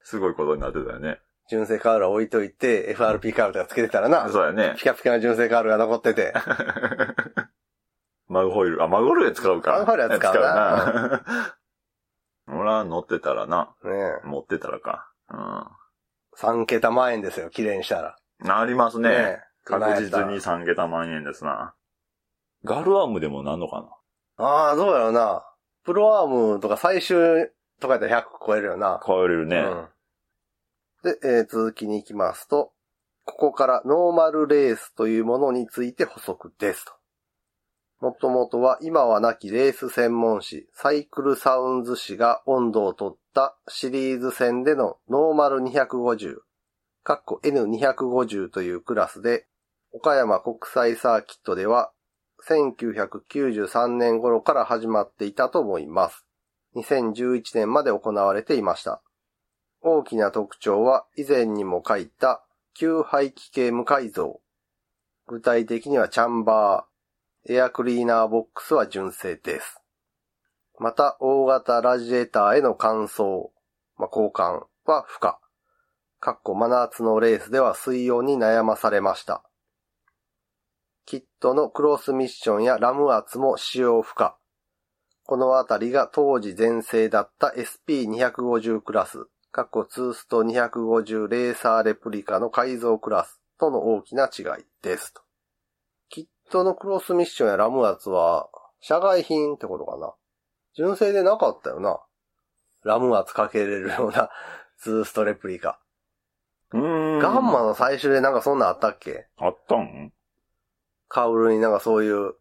Speaker 2: すごいことになってたよね。
Speaker 1: 純正カールは置いといて、FRP カールとかつけてたらな、
Speaker 2: そうやね。
Speaker 1: ピカピカの純正カールが残ってて、
Speaker 2: マグホイール。あ、マグホイールで使うか。
Speaker 1: マグホイールは使うな
Speaker 2: な。 [LAUGHS] 俺は乗ってたらな。
Speaker 1: ねえ、
Speaker 2: 持ってたらか。う
Speaker 1: 3桁万円ですよ、綺麗にしたら。
Speaker 2: ん。ありますね。
Speaker 1: え
Speaker 2: 確
Speaker 1: こん
Speaker 2: 実。
Speaker 1: なんや
Speaker 2: に
Speaker 1: った
Speaker 2: 3桁万円ですな。ガルアームでもなんのか
Speaker 1: ああ、どうやろうな。プロアームとか最終とかやったら100超えるよな
Speaker 2: な。。超えれるね。
Speaker 1: うん、で、えー続きに行きますと、ここからノーマルレースというものについて補足ですと。もともとは今はなきレース専門誌、サイクルサウンズ誌が温度を取ったシリーズ戦でのノーマル250、かっこ N250 というクラスで、岡山国際サーキットでは1993年頃から始まっていたと思います。2011年まで行われていました。大きな特徴は以前にも書いた旧排気系無改造。具体的にはチャンバー、エアクリーナーボックスは純正です。また、大型ラジエーターへの換装、まあ、交換は不可。かっこ真夏のレースでは水温に悩まされました。キットのクロスミッションやラム圧も使用不可。このあたりが当時全盛だった SP250 クラス、過去2スト250レーサーレプリカの改造クラスとの大きな違いですと。キットのクロスミッションやラム圧は、社外品ってことかな。純正でなかったよな。ラム圧かけれるような2ストレプリカ。
Speaker 2: うーん。
Speaker 1: ガンマの最終でなんかそんなんあったっけ
Speaker 2: あったん
Speaker 1: カウルになんかそういう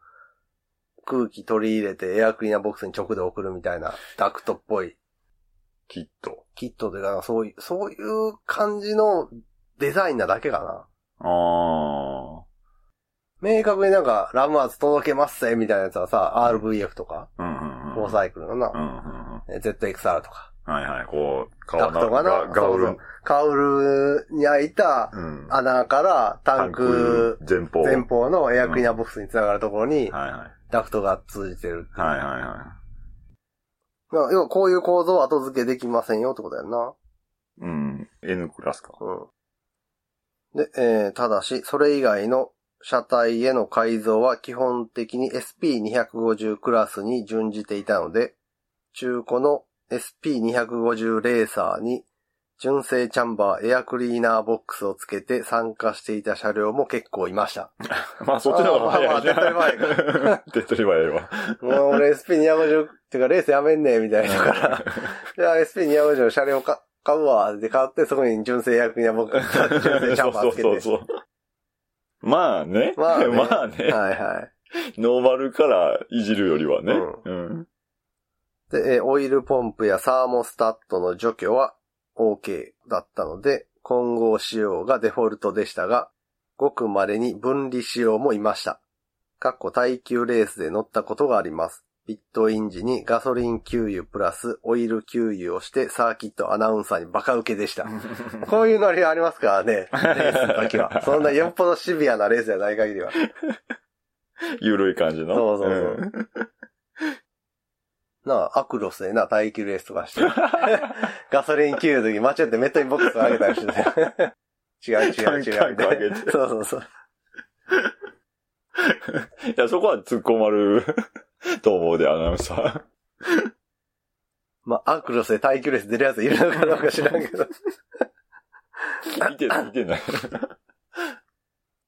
Speaker 1: 空気取り入れてエアクリーナーボックスに直で送るみたいなダクトっぽい
Speaker 2: きっと。
Speaker 1: キットというかな、そういう、そういう感じのデザインなだけかな。
Speaker 2: あ
Speaker 1: 明確になんかラム圧届けますぜみたいなやつはさ、RVF とか、
Speaker 2: あ。うんうんうん。
Speaker 1: 4サイクルのな
Speaker 2: う、んうんうん。
Speaker 1: え ZXR とか、
Speaker 2: はいはい、こう、
Speaker 1: ダ
Speaker 2: 顔
Speaker 1: クトがな、
Speaker 2: ガウル
Speaker 1: そうそうカウルに開いた
Speaker 2: うん。
Speaker 1: 穴からタンク
Speaker 2: 前方。
Speaker 1: 前方のエアクリーナーボックスに繋がるところに
Speaker 2: はいはい。
Speaker 1: ダクトが通じてるっていう
Speaker 2: はいはいは
Speaker 1: まあ要はこういう構造を後付けできませんよってことやんな。
Speaker 2: い。うん。N クラスか。
Speaker 1: うん。で、えーただし、それ以外の車体への改造は基本的に SP250 クラスに準じていたので、中古の SP250 レーサーに純正チャンバーエアクリーナーボックスをつけて参加していた車両も結構いま
Speaker 2: [LAUGHS]
Speaker 1: した。
Speaker 2: まあそっちの方が早いな。
Speaker 1: あーまあまあ手っ取り早い
Speaker 2: [LAUGHS] 手っ取り早い
Speaker 1: [LAUGHS]
Speaker 2: わ。
Speaker 1: もう俺 SP250 っていうかレースやめんねんみたいな
Speaker 2: [LAUGHS]
Speaker 1: 人から、じゃあ SP250 の車両か買うわで買ってそこに純正エアクリーナーボックス、純正チャンバーつけて。
Speaker 2: そうそうそうそう。まあね。
Speaker 1: まあね
Speaker 2: まあ
Speaker 1: は
Speaker 2: ね
Speaker 1: いはい。
Speaker 2: ノーマルからいじるよりはね。
Speaker 1: う
Speaker 2: うん。
Speaker 1: で、えーオイルポンプやサーモスタットの除去は OK だったので、混合仕様がデフォルトでしたが、ごく稀に分離仕様もいました。かっこ耐久レースで乗ったことがあります。ピットイン時にガソリン給油プラスオイル給油をしてサーキットアナウンサーにバカ受けでした。こういうノリありますからね。レースの時は。そんなよっぽどシビアなレースじゃない限りは。
Speaker 2: ゆるい感じの。
Speaker 1: そうそうそうなあ、アクロスでな、耐久レースとかして。ガソリン給油の時間違ってメットにボックス上げたりして。違う違う違うみた
Speaker 2: タンク
Speaker 1: い
Speaker 2: 上げ
Speaker 1: な。
Speaker 2: て
Speaker 1: そうそうそう。
Speaker 2: うん。いや、そこは突っ込まる [LAUGHS] と思うで、アナウンサー。
Speaker 1: まあ、アクロスで耐久レース出るやついるのかどうか知らんけど。 [LAUGHS]
Speaker 2: 見てない、見てない。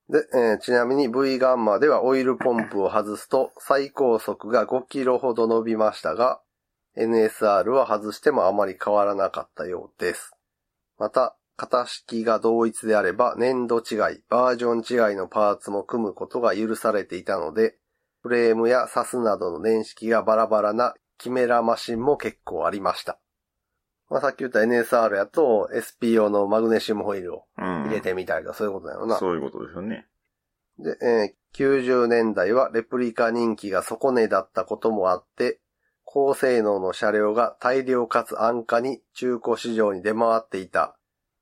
Speaker 1: で、えーちなみに V ガンマではオイルポンプを外すと最高速が5キロほど伸びましたが、NSR は外してもあまり変わらなかったようです。また、型式が同一であれば年度違い、バージョン違いのパーツも組むことが許されていたので、フレームやサスなどの年式がバラバラなキメラマシンも結構ありました。まあ、さっき言った NSR やと SP 用のマグネシウムホイールを
Speaker 2: うん。
Speaker 1: 入れてみたりだ、そういうことだよな。
Speaker 2: そういうことですよね。
Speaker 1: で、えー90年代はレプリカ人気が底値だったこともあって、高性能の車両が大量かつ安価に中古市場に出回っていた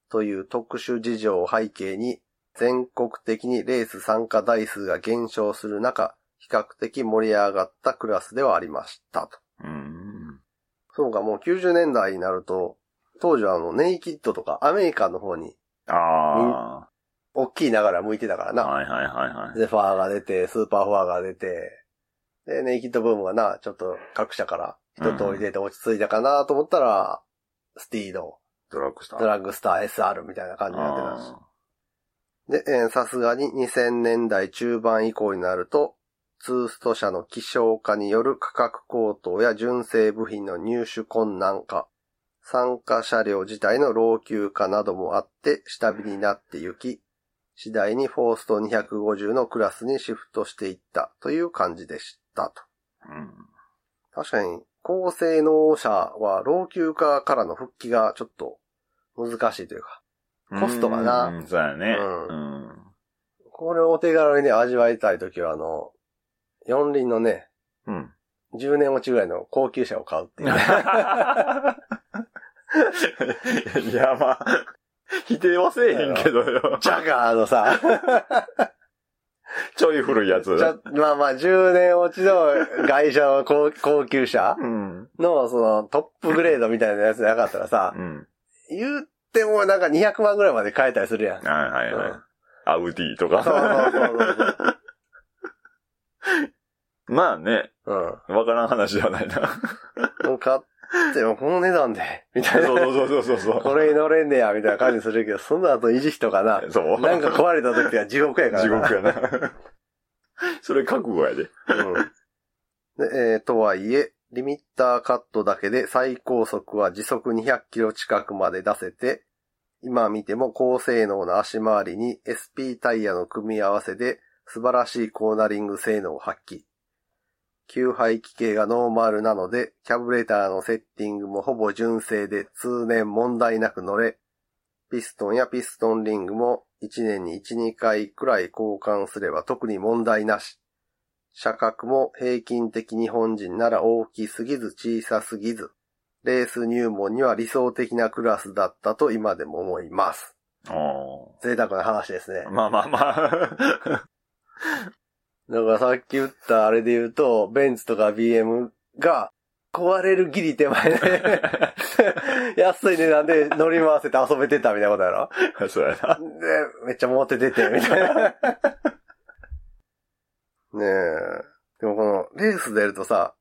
Speaker 1: という特殊事情を背景に、全国的にレース参加台数が減少する中、比較的盛り上がったクラスではありましたと。
Speaker 2: うん。
Speaker 1: そうか、もう90年代になると、当時はあの、ネイキッドとかアメリカの方に
Speaker 2: あ
Speaker 1: 大きいながら向いてたから
Speaker 2: あ。
Speaker 1: な。
Speaker 2: はいはいはいはい。
Speaker 1: ゼファーが出て、スーパーフォアが出て、で、ネイキッドブームがな、ちょっと各社から一通り出て落ち着いたかなと思ったら、スティード、
Speaker 2: ドラッグスター。
Speaker 1: ドラッグスター、SR みたいな感じになってたし
Speaker 2: あ。
Speaker 1: で、えーさすがに2000年代中盤以降になると、ツースト車の希少化による価格高騰や純正部品の入手困難化、参加車両自体の老朽化などもあって下火になってゆき、次第にフォースト250のクラスにシフトしていったという感じでしたと。
Speaker 2: ーうん。
Speaker 1: 確かに、高性能車は老朽化からの復帰がちょっと難しいというか、コストがな
Speaker 2: うん、そうやね。
Speaker 1: う
Speaker 2: うん。
Speaker 1: これをお手軽にね、味わいたいときは、あの、四輪のね、 [LAUGHS]
Speaker 2: うん。
Speaker 1: 10年落ちぐらいの高級車を買う
Speaker 2: [LAUGHS]
Speaker 1: っていう、ね。
Speaker 2: いや、まあ、否定はせえへんけどよ。
Speaker 1: ジャガーのさ、
Speaker 2: ちょい古いやつ。
Speaker 1: ちょまあまあ、10年落ちの外車の高高級車
Speaker 2: うん。
Speaker 1: の、その、トップグレードみたいなやつじゃなかったらさ、
Speaker 2: うん。
Speaker 1: 言ってもなんか200万ぐらいまで買えたりするやん。
Speaker 2: はいはいは
Speaker 1: う
Speaker 2: い
Speaker 1: ん。
Speaker 2: アウディ
Speaker 1: そ
Speaker 2: と
Speaker 1: う
Speaker 2: か。
Speaker 1: そうそう
Speaker 2: まあね、
Speaker 1: そう。
Speaker 2: わからん話じゃないな。
Speaker 1: うん。もう買ってもこの値段で、みたい
Speaker 2: そ
Speaker 1: な。
Speaker 2: うそうそうそうそう。
Speaker 1: これに乗れんねや、みたいな感じするけど、その後維持費とかな、
Speaker 2: [LAUGHS] そう。
Speaker 1: なんか壊れた時は地獄やからな。
Speaker 2: 地獄やな。それ覚悟やで。
Speaker 1: うんで、えーとはいえ、リミッターカットだけで最高速は時速200キロ近くまで出せて、今見ても高性能な足回りに SP タイヤの組み合わせで素晴らしいコーナリング性能を発揮。吸排気系がノーマルなので、キャブレーターのセッティングもほぼ純正で通年問題なく乗れ、ピストンやピストンリングも1年に1、2回くらい交換すれば特に問題なし。車格も平均的日本人なら大きすぎず小さすぎず、レース入門には理想的なクラスだったと今でも思います。贅沢な話ですね。
Speaker 2: まあまあまあ。 [LAUGHS]
Speaker 1: だからさっき言ったあれで言うと、ベンツとか BM が壊れるギリ手前で安い値段で乗り回せて遊べてたみたいなことやろ
Speaker 2: そうやな。
Speaker 1: で、めっちゃモテ出て、みたいな。ねえ。でもこの、レース出るとさ、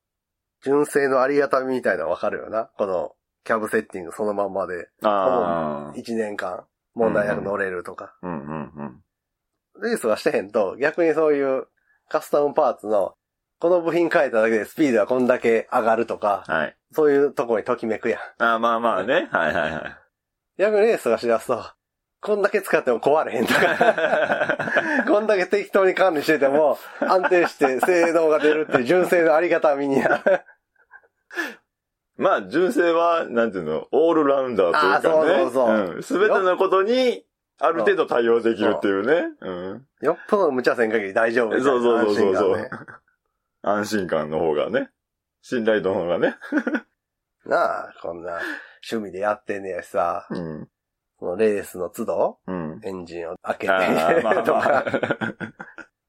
Speaker 1: 純正のありがたみみたいなのわかるよな。この、キャブセッティングそのまんまで、
Speaker 2: ああ。
Speaker 1: 1年間、問題なく乗れるとか。
Speaker 2: うんうんうん。
Speaker 1: レースはしてへんと、逆にそういうカスタムパーツの、この部品変えただけでスピードはこんだけ上がるとか、
Speaker 2: はい。
Speaker 1: そういうとこにときめくやん。
Speaker 2: ああまあまあね。はいはいはい。
Speaker 1: 逆にレースがしだすと、こんだけ使っても壊れへんとか。こんだけ適当に管理してても、安定して性能が出るっていう純正のありがたみに
Speaker 2: [LAUGHS]
Speaker 1: な。
Speaker 2: まあ、純正は、なんていうの、オールラウンダーというかね。
Speaker 1: あーそうそうそう
Speaker 2: すべ、全てのことにある程度対応できるっていうね。うん。
Speaker 1: よっぽど無茶せん限り大丈夫みたい
Speaker 2: そう
Speaker 1: な
Speaker 2: そうそうそ
Speaker 1: 安
Speaker 2: う
Speaker 1: 心感ね
Speaker 2: 安心感の方がね。信頼度の方がね。
Speaker 1: なあ、こんな趣味でやってんねやしさ、
Speaker 2: うん。
Speaker 1: そのレースの都度、
Speaker 2: うん。
Speaker 1: エンジンを開けて
Speaker 2: あーまあ
Speaker 1: と
Speaker 2: ま
Speaker 1: か、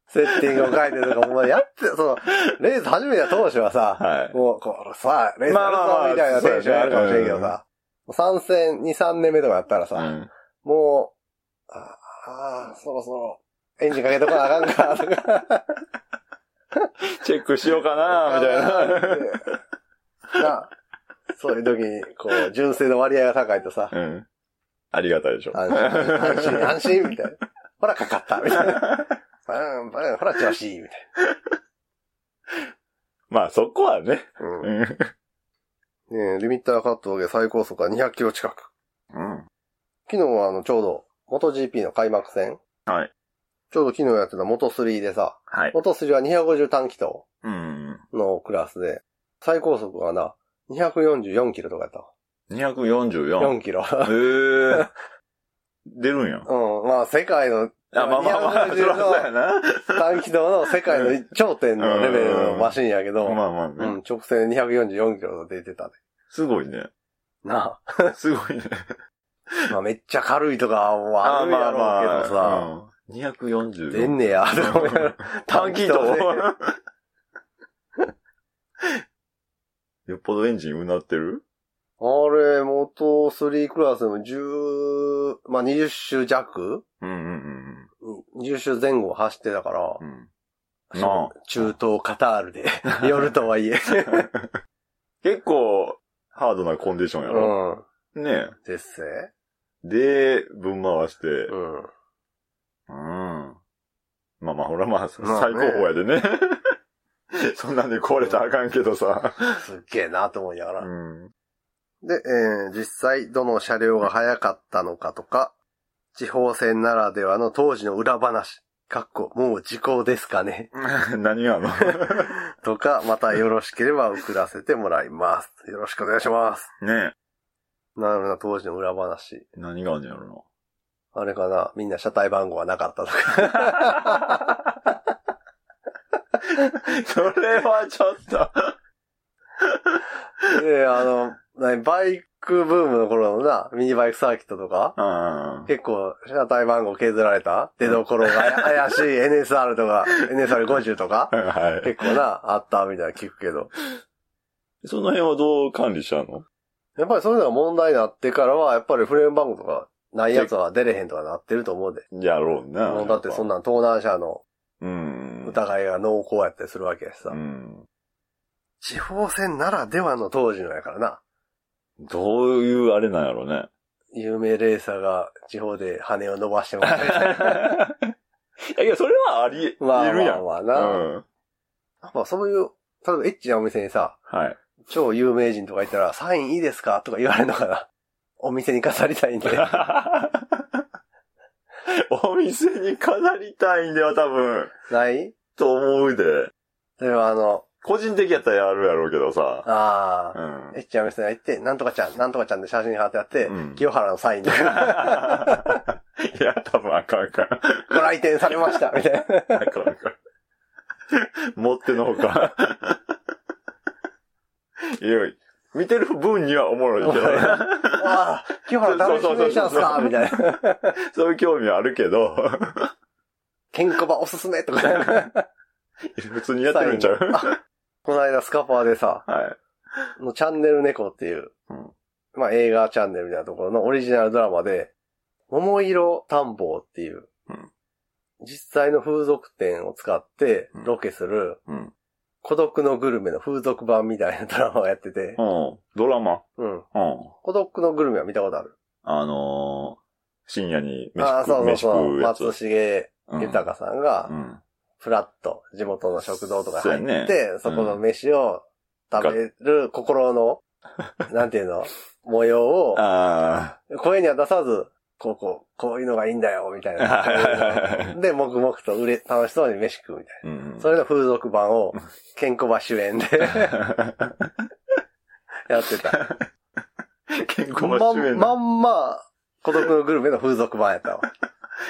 Speaker 1: セッティングを変えてとか、もうやって、その、レース始めた当初はさ、
Speaker 2: あ。はい。
Speaker 1: もう、こう、さあ、レース
Speaker 2: ま
Speaker 1: や
Speaker 2: あ
Speaker 1: る
Speaker 2: まあまあ
Speaker 1: ぞみたいなテンションあるかもしれんけど
Speaker 2: そうや
Speaker 1: さ、参戦2、3年目とかやったらさ、
Speaker 2: うん。
Speaker 1: もう、ああー、そろそろ、エンジンかけとかなあかんか、とか。
Speaker 2: チェックしようかなみたいな。
Speaker 1: なあ。そういう時に、こう、純正の割合が高いとさ、
Speaker 2: うん。ありがたいでしょ。
Speaker 1: 安心、安心、安心、みたいな。ほら、かかった、みたいな。バン、バン、ほら、調子いい、みたい
Speaker 2: [LAUGHS] まあそこは
Speaker 1: な。
Speaker 2: ね。
Speaker 1: うん
Speaker 2: うん。
Speaker 1: ねえ、リミッターカットで最高速は200キロ近く。
Speaker 2: うん。
Speaker 1: 昨日はあの、ちょうど、元 GP の開幕戦。
Speaker 2: はい。
Speaker 1: ちょうど昨日やってた元3でさ、
Speaker 2: はい。
Speaker 1: 元3は250短気筒
Speaker 2: うん。
Speaker 1: のクラスで、最高速はな、244キロとかやったわ。
Speaker 2: 244。
Speaker 1: 4キロ。
Speaker 2: [LAUGHS] えー。出るんや。
Speaker 1: うん、まあ世界の
Speaker 2: あ、まあまあまあ、そ
Speaker 1: 250
Speaker 2: らそうやな。
Speaker 1: 短気筒の世界の頂点のレベルのマシンやけど、
Speaker 2: まあまあ
Speaker 1: う
Speaker 2: ね。
Speaker 1: ん、直線244キロ出てたね。
Speaker 2: すごいね。
Speaker 1: な
Speaker 2: すごいね。
Speaker 1: あ、まあめっちゃ軽いとかはあるやろうけどさ、
Speaker 2: うん244。
Speaker 1: 出んねや、とか思いな
Speaker 2: [LAUGHS]
Speaker 1: がら短気筒で。
Speaker 2: よっぽどエンジンうなってる
Speaker 1: あれ、元3クラスでも10、まあ、20周弱
Speaker 2: うんうん
Speaker 1: うん ?20 周前後走ってたから
Speaker 2: う、ん。なあ
Speaker 1: 中東カタール
Speaker 2: [LAUGHS]
Speaker 1: で、夜とはいえ。
Speaker 2: 結構、ハードなコンディションやろ。
Speaker 1: うん。
Speaker 2: ね
Speaker 1: ですせ
Speaker 2: え。で、ぶん回して。うん。
Speaker 1: うん。
Speaker 2: まあまあ、ほらまあ、最
Speaker 1: まあね
Speaker 2: 高峰やでね。 [LAUGHS] そんなんで壊れたらあかんけどさ。
Speaker 1: すっげえなと思いなが
Speaker 2: う
Speaker 1: ら。
Speaker 2: ん。 [LAUGHS]
Speaker 1: で、えー実際どの車両が早かったのかとか、地方線ならではの当時の裏話、かっこ、もう時効ですかね、
Speaker 2: 何
Speaker 1: [LAUGHS]
Speaker 2: があんの
Speaker 1: とか、またよろしければ送らせてもらいます。よろしくお願いします。
Speaker 2: ね
Speaker 1: なるほどな、当時の裏話。
Speaker 2: え。何があんのやろ
Speaker 1: あれかな、みんな車体番号はなかったと
Speaker 2: [LAUGHS]
Speaker 1: か。 [LAUGHS]
Speaker 2: な。それはちょっと。
Speaker 1: で、あの、何バイクブームの頃のな、ミニバイクサーキットとか、
Speaker 2: [LAUGHS] うん。
Speaker 1: 結構車体番号削られた出どころが怪しい NSR とか、NSR50 とか、
Speaker 2: はい。
Speaker 1: 結構な、あったみたいな聞くけど。
Speaker 2: その辺はどう管理しちゃうの
Speaker 1: やっぱりそういうのが問題になってからは、やっぱりフレーム番号とか、ないやつは出れへんとかなってると思うで。
Speaker 2: やろうな。
Speaker 1: もうだってそん
Speaker 2: な。
Speaker 1: なん盗難車の
Speaker 2: うん。
Speaker 1: 疑いが濃厚やったりするわけやしさ。
Speaker 2: うん。
Speaker 1: 地方線ならではの当時のやからな。
Speaker 2: どういうあれなんやろ
Speaker 1: [LAUGHS]
Speaker 2: うね。 [LAUGHS]
Speaker 1: 有名レーサーが地方で羽を伸ばしてますみたい
Speaker 2: [LAUGHS]
Speaker 1: な
Speaker 2: いやいや、それはあり、
Speaker 1: ま
Speaker 2: い
Speaker 1: あ
Speaker 2: る
Speaker 1: ま
Speaker 2: や
Speaker 1: あ
Speaker 2: ん。
Speaker 1: まあ
Speaker 2: う
Speaker 1: な。
Speaker 2: ん。
Speaker 1: まあそういう、例えばエッチなお店にさ、
Speaker 2: はい。
Speaker 1: 超有名人とか行ったら、サインいいですかとか言われるのかな。お店に飾りたいんで。
Speaker 2: [LAUGHS] お店に飾りたいんでは多分、
Speaker 1: ない
Speaker 2: と思うで。
Speaker 1: 例えばあの、
Speaker 2: 個人的やったらやるやろうけどさ。
Speaker 1: あ
Speaker 2: う
Speaker 1: あ、
Speaker 2: ん [LAUGHS]
Speaker 1: エ。ッチなお店に行って、なんとかちゃん、なんとかちゃんで写真貼ってやって、
Speaker 2: うん
Speaker 1: 清原のサインで [LAUGHS]
Speaker 2: いや、多分あかんあかん。
Speaker 1: ご来店されました、みたいな。
Speaker 2: あかんあかん。持ってのほか。 [LAUGHS] いや、見てる分にはおもろいけどね、
Speaker 1: わあ、清原誰指名したんすかみたいな。
Speaker 2: そういう興味はあるけど、 [LAUGHS]
Speaker 1: ケンコバおすすめとか。
Speaker 2: 普通にやってるんちゃう
Speaker 1: あこの間スカパーでさ、
Speaker 2: はい。
Speaker 1: のチャンネル猫っていう、
Speaker 2: うん
Speaker 1: まあ映画チャンネルみたいなところのオリジナルドラマで、桃色探訪っていう、
Speaker 2: うん
Speaker 1: 実際の風俗店を使って
Speaker 2: うん
Speaker 1: ロケする、
Speaker 2: うん。
Speaker 1: 孤独のグルメの風俗版みたいなドラマをやってて、
Speaker 2: うん。ドラマ。
Speaker 1: うん。
Speaker 2: うん。
Speaker 1: 孤独のグルメは見たことある。
Speaker 2: あのー、深夜に飯
Speaker 1: ああ、そう
Speaker 2: 食う、
Speaker 1: そうそ
Speaker 2: 飯食
Speaker 1: う。
Speaker 2: うや
Speaker 1: 松
Speaker 2: つ。
Speaker 1: 重
Speaker 2: うん
Speaker 1: 豊さんが
Speaker 2: う、ん。
Speaker 1: フラッと地元の食堂とか入っ
Speaker 2: そう
Speaker 1: て、
Speaker 2: やね
Speaker 1: そこの飯を食べる心の、
Speaker 2: [LAUGHS]
Speaker 1: なんていうの、模様を、
Speaker 2: あ
Speaker 1: 声には出さず、こうこう、こういうのがいいんだよ、みたい
Speaker 2: は [LAUGHS]
Speaker 1: な。で、黙々と売れ、楽しそうに飯食うみたい
Speaker 2: あ。うん
Speaker 1: な。。それの風俗版を、ケンコバ主演で [LAUGHS] やってた。
Speaker 2: 健康
Speaker 1: ま
Speaker 2: な主演
Speaker 1: んまんま、孤独のグルメの風俗版やったわ。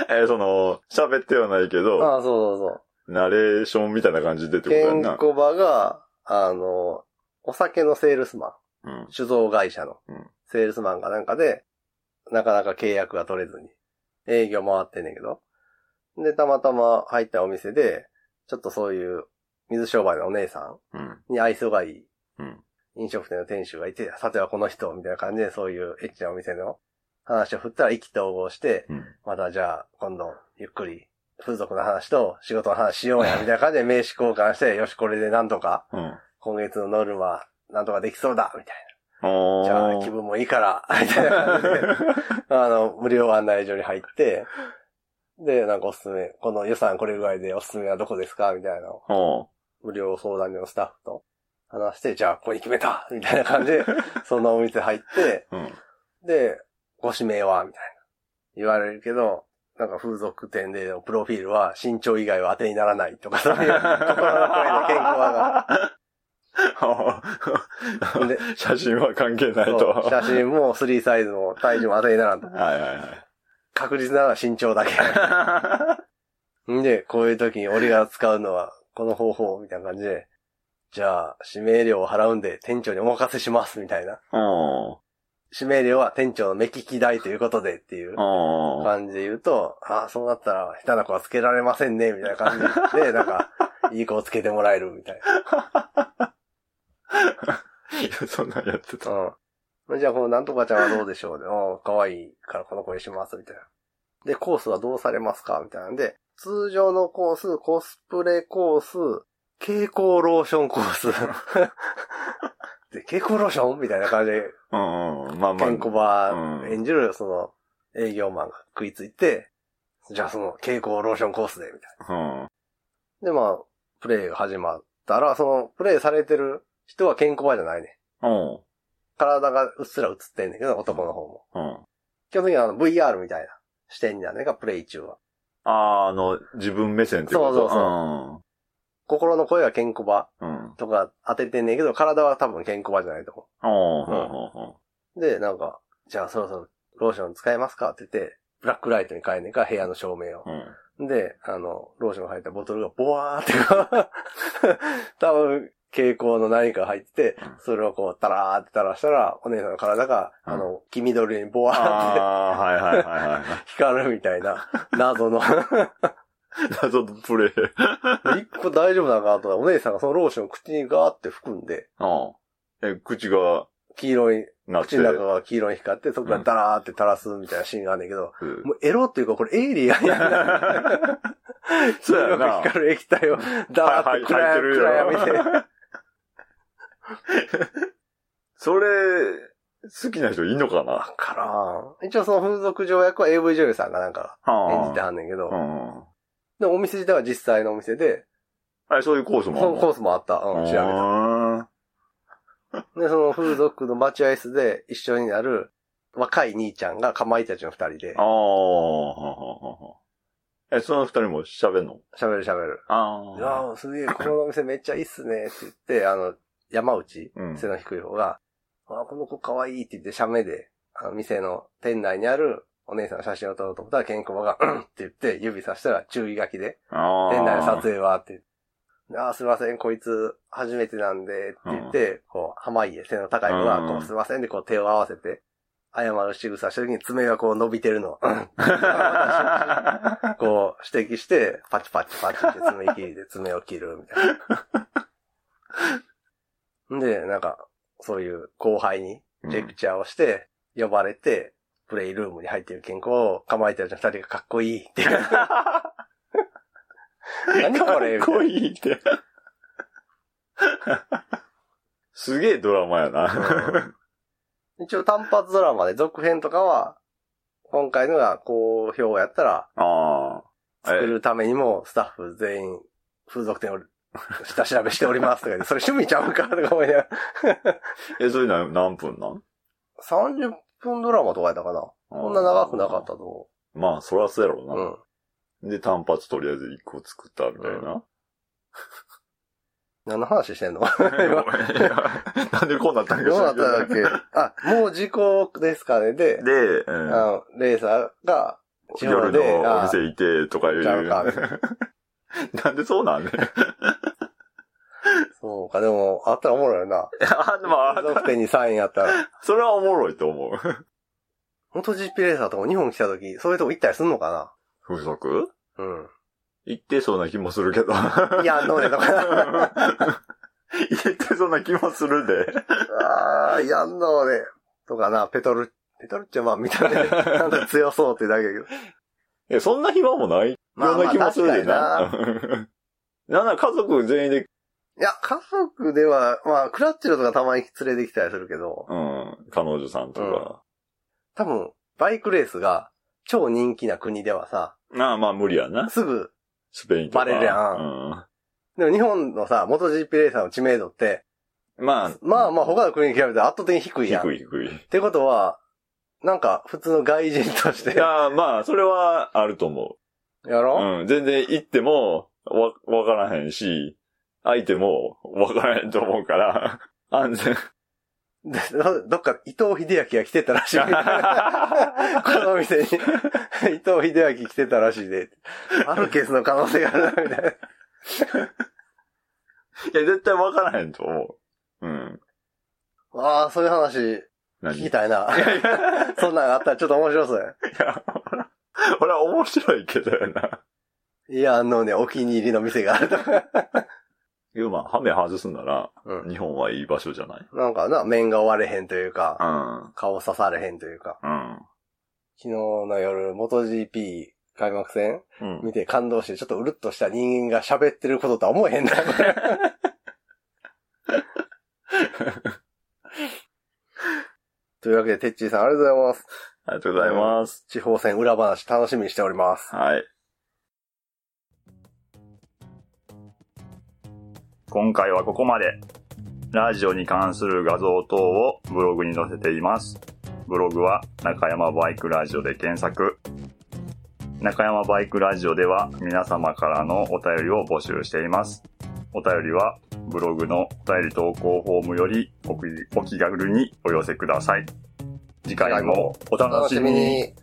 Speaker 2: えーその、喋ってはないけど、
Speaker 1: ああ、そうそうそう。
Speaker 2: ナレーションみたいな感じでってことや
Speaker 1: ケ
Speaker 2: ん
Speaker 1: ン
Speaker 2: な。
Speaker 1: コバが、あの、お酒のセールスマン、
Speaker 2: うん。
Speaker 1: 酒造会社の
Speaker 2: うん
Speaker 1: セールスマンがなんかで、なかなか契約が取れずに、営業回ってんねんけど。で、たまたま入ったお店で、ちょっとそういう水商売のお姉さ
Speaker 2: うん。
Speaker 1: んに愛想がいい
Speaker 2: うん。
Speaker 1: 飲食店の店主がいて、さてはこの人、みたいな感じでそういうエッチなお店の話を振ったら意気投合して、
Speaker 2: うん。
Speaker 1: またじゃあ今度ゆっくり風俗の話と仕事の話しようや、みたいな感じで名刺交換して、よし、これでなんとか
Speaker 2: うん。
Speaker 1: 今月のノルマ、なんとかできそうだみたい
Speaker 2: お
Speaker 1: な。
Speaker 2: ー。
Speaker 1: じゃあ、気分もいいから、みたいな感じで、
Speaker 2: [LAUGHS]
Speaker 1: あの、無料案内所に入って、で、なんかおすすめ、この予算これぐらいでおすすめはどこですかみたいなのを
Speaker 2: おー
Speaker 1: 無料相談所のスタッフと話して、じゃあ、ここに決めたみたいな感じで、そのお店入って、
Speaker 2: うん。
Speaker 1: で、ご指名はみたいな。言われるけど、なんか風俗店でのプロフィールは身長以外は当てにならないとか、
Speaker 2: [LAUGHS]
Speaker 1: そういう心の声の健康が。
Speaker 2: おー
Speaker 1: で
Speaker 2: 写真は関係ないと。
Speaker 1: そう写真も3サイズも体重も当てにならんと。
Speaker 2: はいはいはい。
Speaker 1: 確実なのは身長だけ。んで、こういう時に俺が使うのはこの方法みたいな感じで、じゃあ、指名料を払うんで店長にお任せしますみたいな。
Speaker 2: おー
Speaker 1: 指名料は店長の目利き代ということでっていう
Speaker 2: おー
Speaker 1: 感じで言うと、ああ、そうなったら下手な子はつけられませんね、みたいな感じ [LAUGHS] で、なんか、いい子をつけてもらえるみたい
Speaker 2: い
Speaker 1: [LAUGHS]
Speaker 2: やそんなんやってた。
Speaker 1: な。うん。じゃあ、このなんとかちゃんはどうでしょうで、お可愛いからこの子にします、みたいな。で、コースはどうされますかみたいなんで、通常のコース、コスプレコース、蛍光ローションコース。で、蛍光ローションみたいな感じで、
Speaker 2: うんうん。まあまあ。
Speaker 1: ケンコバ演じる、その、営業マンが食いついて、じゃあその、蛍光ローションコースで、みたい
Speaker 2: うん。
Speaker 1: な。で、まあ、プレイが始まったら、その、プレイされてる人はケンコバじゃないね。
Speaker 2: うん。
Speaker 1: 体がうっすら映ってんだけど、男の方も。
Speaker 2: うん。
Speaker 1: 基本的にはあの VR みたいな視点になるねが、プレイ中は。
Speaker 2: ああ、あの、自分目線ってこと
Speaker 1: そうそう
Speaker 2: そ
Speaker 1: 心の声はケンコバ
Speaker 2: う。うん。うん。
Speaker 1: とか当ててんねんけど、体は多分ケンコバじゃないと思
Speaker 2: おーほうほうほ
Speaker 1: う。で、なんか、じゃあそろそろローション使えますかって言って、ブラックライトに変えんねんか、部屋の照明を
Speaker 2: う。。うん。
Speaker 1: で、あの、ローションが入ったボトルがボワーってこう、 [LAUGHS] 多分、蛍光の何か入ってて
Speaker 2: うん、
Speaker 1: それをこう、タラーって垂らしたら、お姉さんの体が、
Speaker 2: うん
Speaker 1: あの、黄緑にボワ
Speaker 2: あ
Speaker 1: ーって
Speaker 2: あ、はいはいはいはいはい。
Speaker 1: 光るみたいな、謎の。
Speaker 2: 謎のプレイ。
Speaker 1: [LAUGHS] 一個大丈夫なのかなと思ったらお姉さんがそのローションを口にガーって含んで、
Speaker 2: うん。え、口が、
Speaker 1: 黄色い、
Speaker 2: なって
Speaker 1: 口。の中が黄色に光って、そこからダラーって垂らすみたいなシーンがあるんだけど、 [LAUGHS]
Speaker 2: うん
Speaker 1: もうエロっていうか、これエイ [LAUGHS] リアンやな。黄
Speaker 2: そうや
Speaker 1: 色く
Speaker 2: な。
Speaker 1: 光る液体をダーって暗
Speaker 2: 入って
Speaker 1: 闇
Speaker 2: る
Speaker 1: 暗闇で。
Speaker 2: よ。 [LAUGHS] それ、好きな人いんのか
Speaker 1: わからん。一応その風俗条約は AV 女優さんがなんか
Speaker 2: な
Speaker 1: 演じてはんねんけど
Speaker 2: う、ん。
Speaker 1: でもお店自体は実際のお店で、
Speaker 2: あれ、そういうコース
Speaker 1: そ
Speaker 2: も
Speaker 1: のコー
Speaker 2: ス
Speaker 1: スもあった。うん、調べた。
Speaker 2: 調
Speaker 1: で、その風俗の待合室で一緒になる若い兄ちゃんがかまいたちの二人で
Speaker 2: あ、あ。え、その二人も喋んの
Speaker 1: 喋る喋る。いや
Speaker 2: ああ。
Speaker 1: ーすげえ、このお店めっちゃいいっすねって言って、あの、山内、
Speaker 2: うん。
Speaker 1: 背の低い方が、あーこの子可愛いって言って、写メで、あの、店の店内にあるお姉さんの写真を撮ろうと思ったら、ケンコバが、うんって言って、指さしたら注意書きで、
Speaker 2: ああ。
Speaker 1: 店内の撮影はって。ああ、すいません、こいつ、初めてなんで、って言って、こう、濱家、背の高い子
Speaker 2: う
Speaker 1: が、
Speaker 2: ん
Speaker 1: こう、すいませんで、こう、手を合わせて、謝る仕草した時に爪がこう伸びてるのを、うんこう、指摘して、パチパチパチって爪切りで爪を切る、みたいな。んで、なんか、そういう後輩に
Speaker 2: [LAUGHS]
Speaker 1: レクチャーをして、呼ばれて、プレイルームに入っている健康を構えてる二人がかっこいいっていう。何これみたいな
Speaker 2: かっこいいって。すげえドラマやな。
Speaker 1: 一応単発ドラマで続編とかは、今回のが好評やったら、
Speaker 2: ああ。
Speaker 1: 作るためにもスタッフ全員、風俗店を下調べしておりますとか
Speaker 2: [LAUGHS]
Speaker 1: 言って、それ趣味ちゃうんかとか思いながら。
Speaker 2: え、え、それな何分なん
Speaker 1: 30分ドラマとかやったかな
Speaker 2: こ
Speaker 1: こんな長くなかったと思
Speaker 2: た。まあ、そらそうやろ
Speaker 1: う。うん。
Speaker 2: うな。で、単発とりあえず一個作ったみたい
Speaker 1: [LAUGHS]
Speaker 2: な。
Speaker 1: 何の話してん
Speaker 2: [LAUGHS]
Speaker 1: の
Speaker 2: いやなんでこうなったんか知
Speaker 1: どうな
Speaker 2: ら
Speaker 1: っ
Speaker 2: ん
Speaker 1: たんだっけあ、もう時効ですかねで
Speaker 2: け、ど。で、うん
Speaker 1: あの、レーサーが、地方
Speaker 2: 夜
Speaker 1: で
Speaker 2: のお
Speaker 1: あ
Speaker 2: 店いてとかいう。
Speaker 1: ちゃうか
Speaker 2: なんでそうなんね
Speaker 1: そうか、でも、あったらおもろいよな。
Speaker 2: あ、でも、あ
Speaker 1: 風俗店にサインあったら。
Speaker 2: それはおもろいと思う。
Speaker 1: 元 GP レーサーとか日本来た時、そういうとこ行ったりすんのか
Speaker 2: 風俗
Speaker 1: なうん。
Speaker 2: 行ってそうな気もするけど。
Speaker 1: いや、飲んでとか。
Speaker 2: [LAUGHS] 言ってそうな気もするで。
Speaker 1: ああ、やんの俺。とかな、ペトル、ペトルってまあ見た
Speaker 2: [LAUGHS]
Speaker 1: 目、なんか強そうってだけやけど。
Speaker 2: え、そんな暇もないよう
Speaker 1: まあまあ
Speaker 2: な気もするでな。
Speaker 1: 確
Speaker 2: なんなら家族全員で、
Speaker 1: いや、家族では、まあ、クラッチェルとかたまに連れてきたりするけど、
Speaker 2: うん、彼女さんとか。
Speaker 1: 多分、バイクレースが超人気な国ではさ、
Speaker 2: ああ、まあ無理やな。
Speaker 1: すぐ、
Speaker 2: スペインとか。
Speaker 1: バレるや
Speaker 2: ん。
Speaker 1: でも日本のさ、元 GP レーサーの知名度って、
Speaker 2: うん。まあ、
Speaker 1: まあまあ他の国に比べて圧倒的に低いやん。
Speaker 2: 低
Speaker 1: っ
Speaker 2: い低い。
Speaker 1: てことは、なんか普通の外人として
Speaker 2: い、や、まあ、それはあると思
Speaker 1: や
Speaker 2: う。
Speaker 1: ろ、
Speaker 2: うん。全然行っても、わ、わからへんし、相手もわからへんと思うから、安
Speaker 1: [LAUGHS]
Speaker 2: 全。
Speaker 1: でどどっか伊藤秀明が来てたらしいみたいな。このお [LAUGHS] 店に伊藤秀明来てたらしいで。あるケースの可能性があるな、みたいな。
Speaker 2: いや、絶対わからへんと思う。うん。
Speaker 1: ああ、そういう話
Speaker 2: 何
Speaker 1: 聞きたいな。そんなんあったらちょっと面白そう
Speaker 2: いや、俺は面白いけどやな。
Speaker 1: や。いや、あのね、お気に入りの店があるとか。
Speaker 2: いや、まあ、ハメ外すんなら、
Speaker 1: [LAUGHS] うん。
Speaker 2: 日本はいい場所じゃない
Speaker 1: なんかな、面が割れへんというか、
Speaker 2: ん。
Speaker 1: 顔刺されへんというか。昨日の夜、元 GP 開幕戦
Speaker 2: うん。
Speaker 1: 見て感動して、ちょっとうるっとした人間が喋ってることとは思えへんな。こ
Speaker 2: [LAUGHS]
Speaker 1: れというわけで、てっちーさんありがとうございます。
Speaker 2: ありがとうございます。
Speaker 1: 地方戦裏話楽しみにしております。
Speaker 2: はい。今回はここまで。ラジオに関する画像等をブログに載せています。ブログは中山バイクラジオで検索。中山バイクラジオでは皆様からのお便りを募集しています。お便りはブログのお便り投稿フォームよりお気お気軽にお寄せください。次回もお楽しみに。。